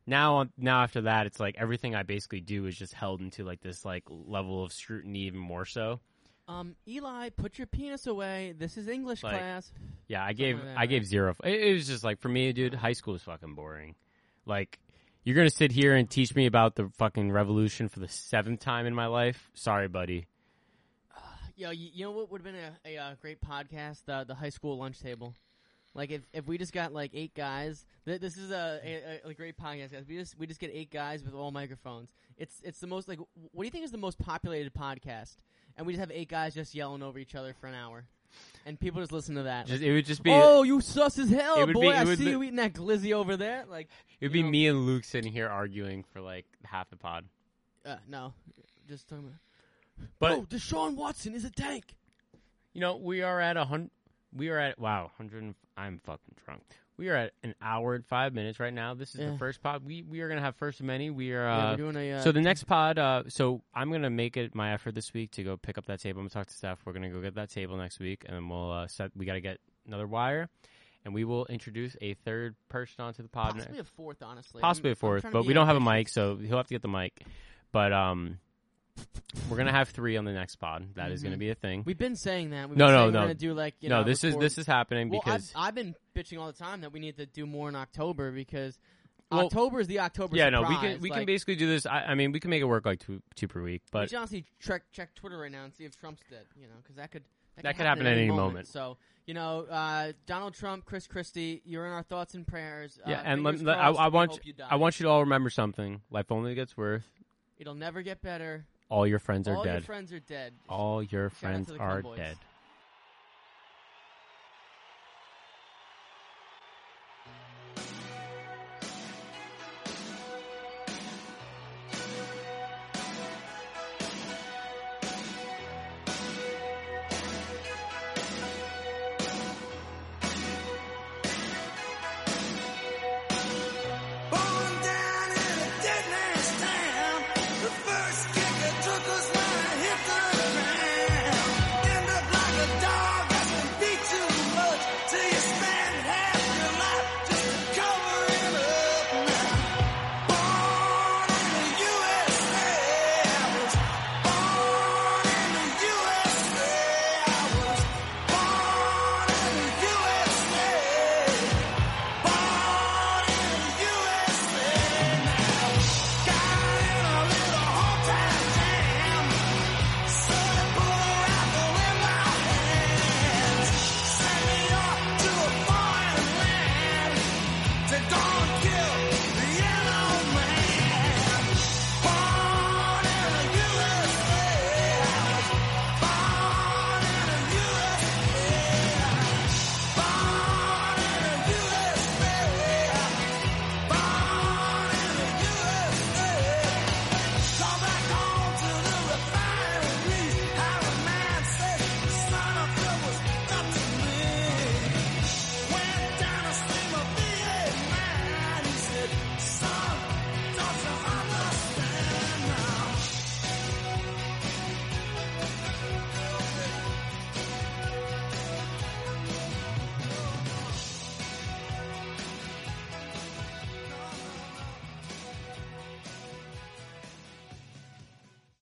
C: now now after that it's like everything i basically do is just held into like this like level of scrutiny even more so
D: Um, Eli, put your penis away. This is English
C: Like-
D: class.
C: yeah i gave
D: like that,
C: i gave
D: right?
C: zero f- it, it was just like for me dude high school is fucking boring like you're gonna sit here and teach me about the fucking revolution for the seventh time in my life sorry buddy
D: Yo, you, you know what would have been a, a uh, great podcast? The the high school lunch table. Like if, if we just got like eight guys, th- this is a, a, a- a great podcast. Guys. We just we just get eight guys with all microphones. It's it's the most like w- what do you think is the most populated podcast? And we just have eight guys just yelling over each other for an hour, and people just listen to that.
C: just,
D: Like,
C: it would just be
D: oh, you sus as hell,
C: it would
D: boy!
C: be- it
D: I
C: would
D: see
C: be-
D: you eating that glizzy over there. Like
C: it would be
D: you know-
C: me and luke sitting here arguing for like half the pod
D: uh, no, just talking about.
C: but
D: oh, Deshaun Watson is a tank.
C: You know, we are at a hundred. We are at wow, hundred. and f- I'm fucking drunk. We are at an hour and five minutes right now. This is
D: Yeah.
C: the first pod. We we are gonna have first of many. We are. Uh,
D: yeah, we're doing a uh,
C: so the next pod. Uh, so I'm gonna make it my effort this week to go pick up that table. I'm gonna talk to staff. We're gonna go get that table next week, and then we'll uh, set. We gotta get another wire, and we will introduce a third person onto the pod. next
D: possibly a fourth, honestly.
C: possibly
D: I'm-
C: a
D: I'm
C: fourth,
D: trying to
C: but
D: be
C: we don't have a
D: ambitious.
C: mic, so he'll have to get the mic. But um, we're gonna have three on the next pod. That is gonna
D: Mhm.
C: be a thing.
D: We've been saying that. We've
C: No,
D: been
C: no,
D: saying
C: no.
D: We're gonna do like you
C: no,
D: know.
C: this is
D: record-
C: this is happening
D: well,
C: because
D: I've, I've been bitching all the time that we need to do more in October because
C: Well-
D: October is the October.
C: yeah, no, we
D: surprise.
C: can we can
D: Like,
C: basically do this. I, I mean, we can make it work like two two per week,
D: we
C: but
D: should honestly check check Twitter right now and see if Trump's dead. You know, because that could that,
C: That
D: could
C: could
D: happen,
C: happen at any moment.
D: So you know, uh, Donald Trump, Chris Christie, you're in our thoughts and prayers.
C: yeah,
D: uh,
C: and let,
D: fingers
C: let- I,
D: crossed,
C: I
D: we
C: want
D: hope you die.
C: I want you to all remember something. Life only gets worth.
D: it'll never get better.
C: All your friends are
D: all your
C: dead.
D: friends are dead.
C: all your
D: Shout out
C: friends
D: to the
C: are
D: Cowboys.
C: dead.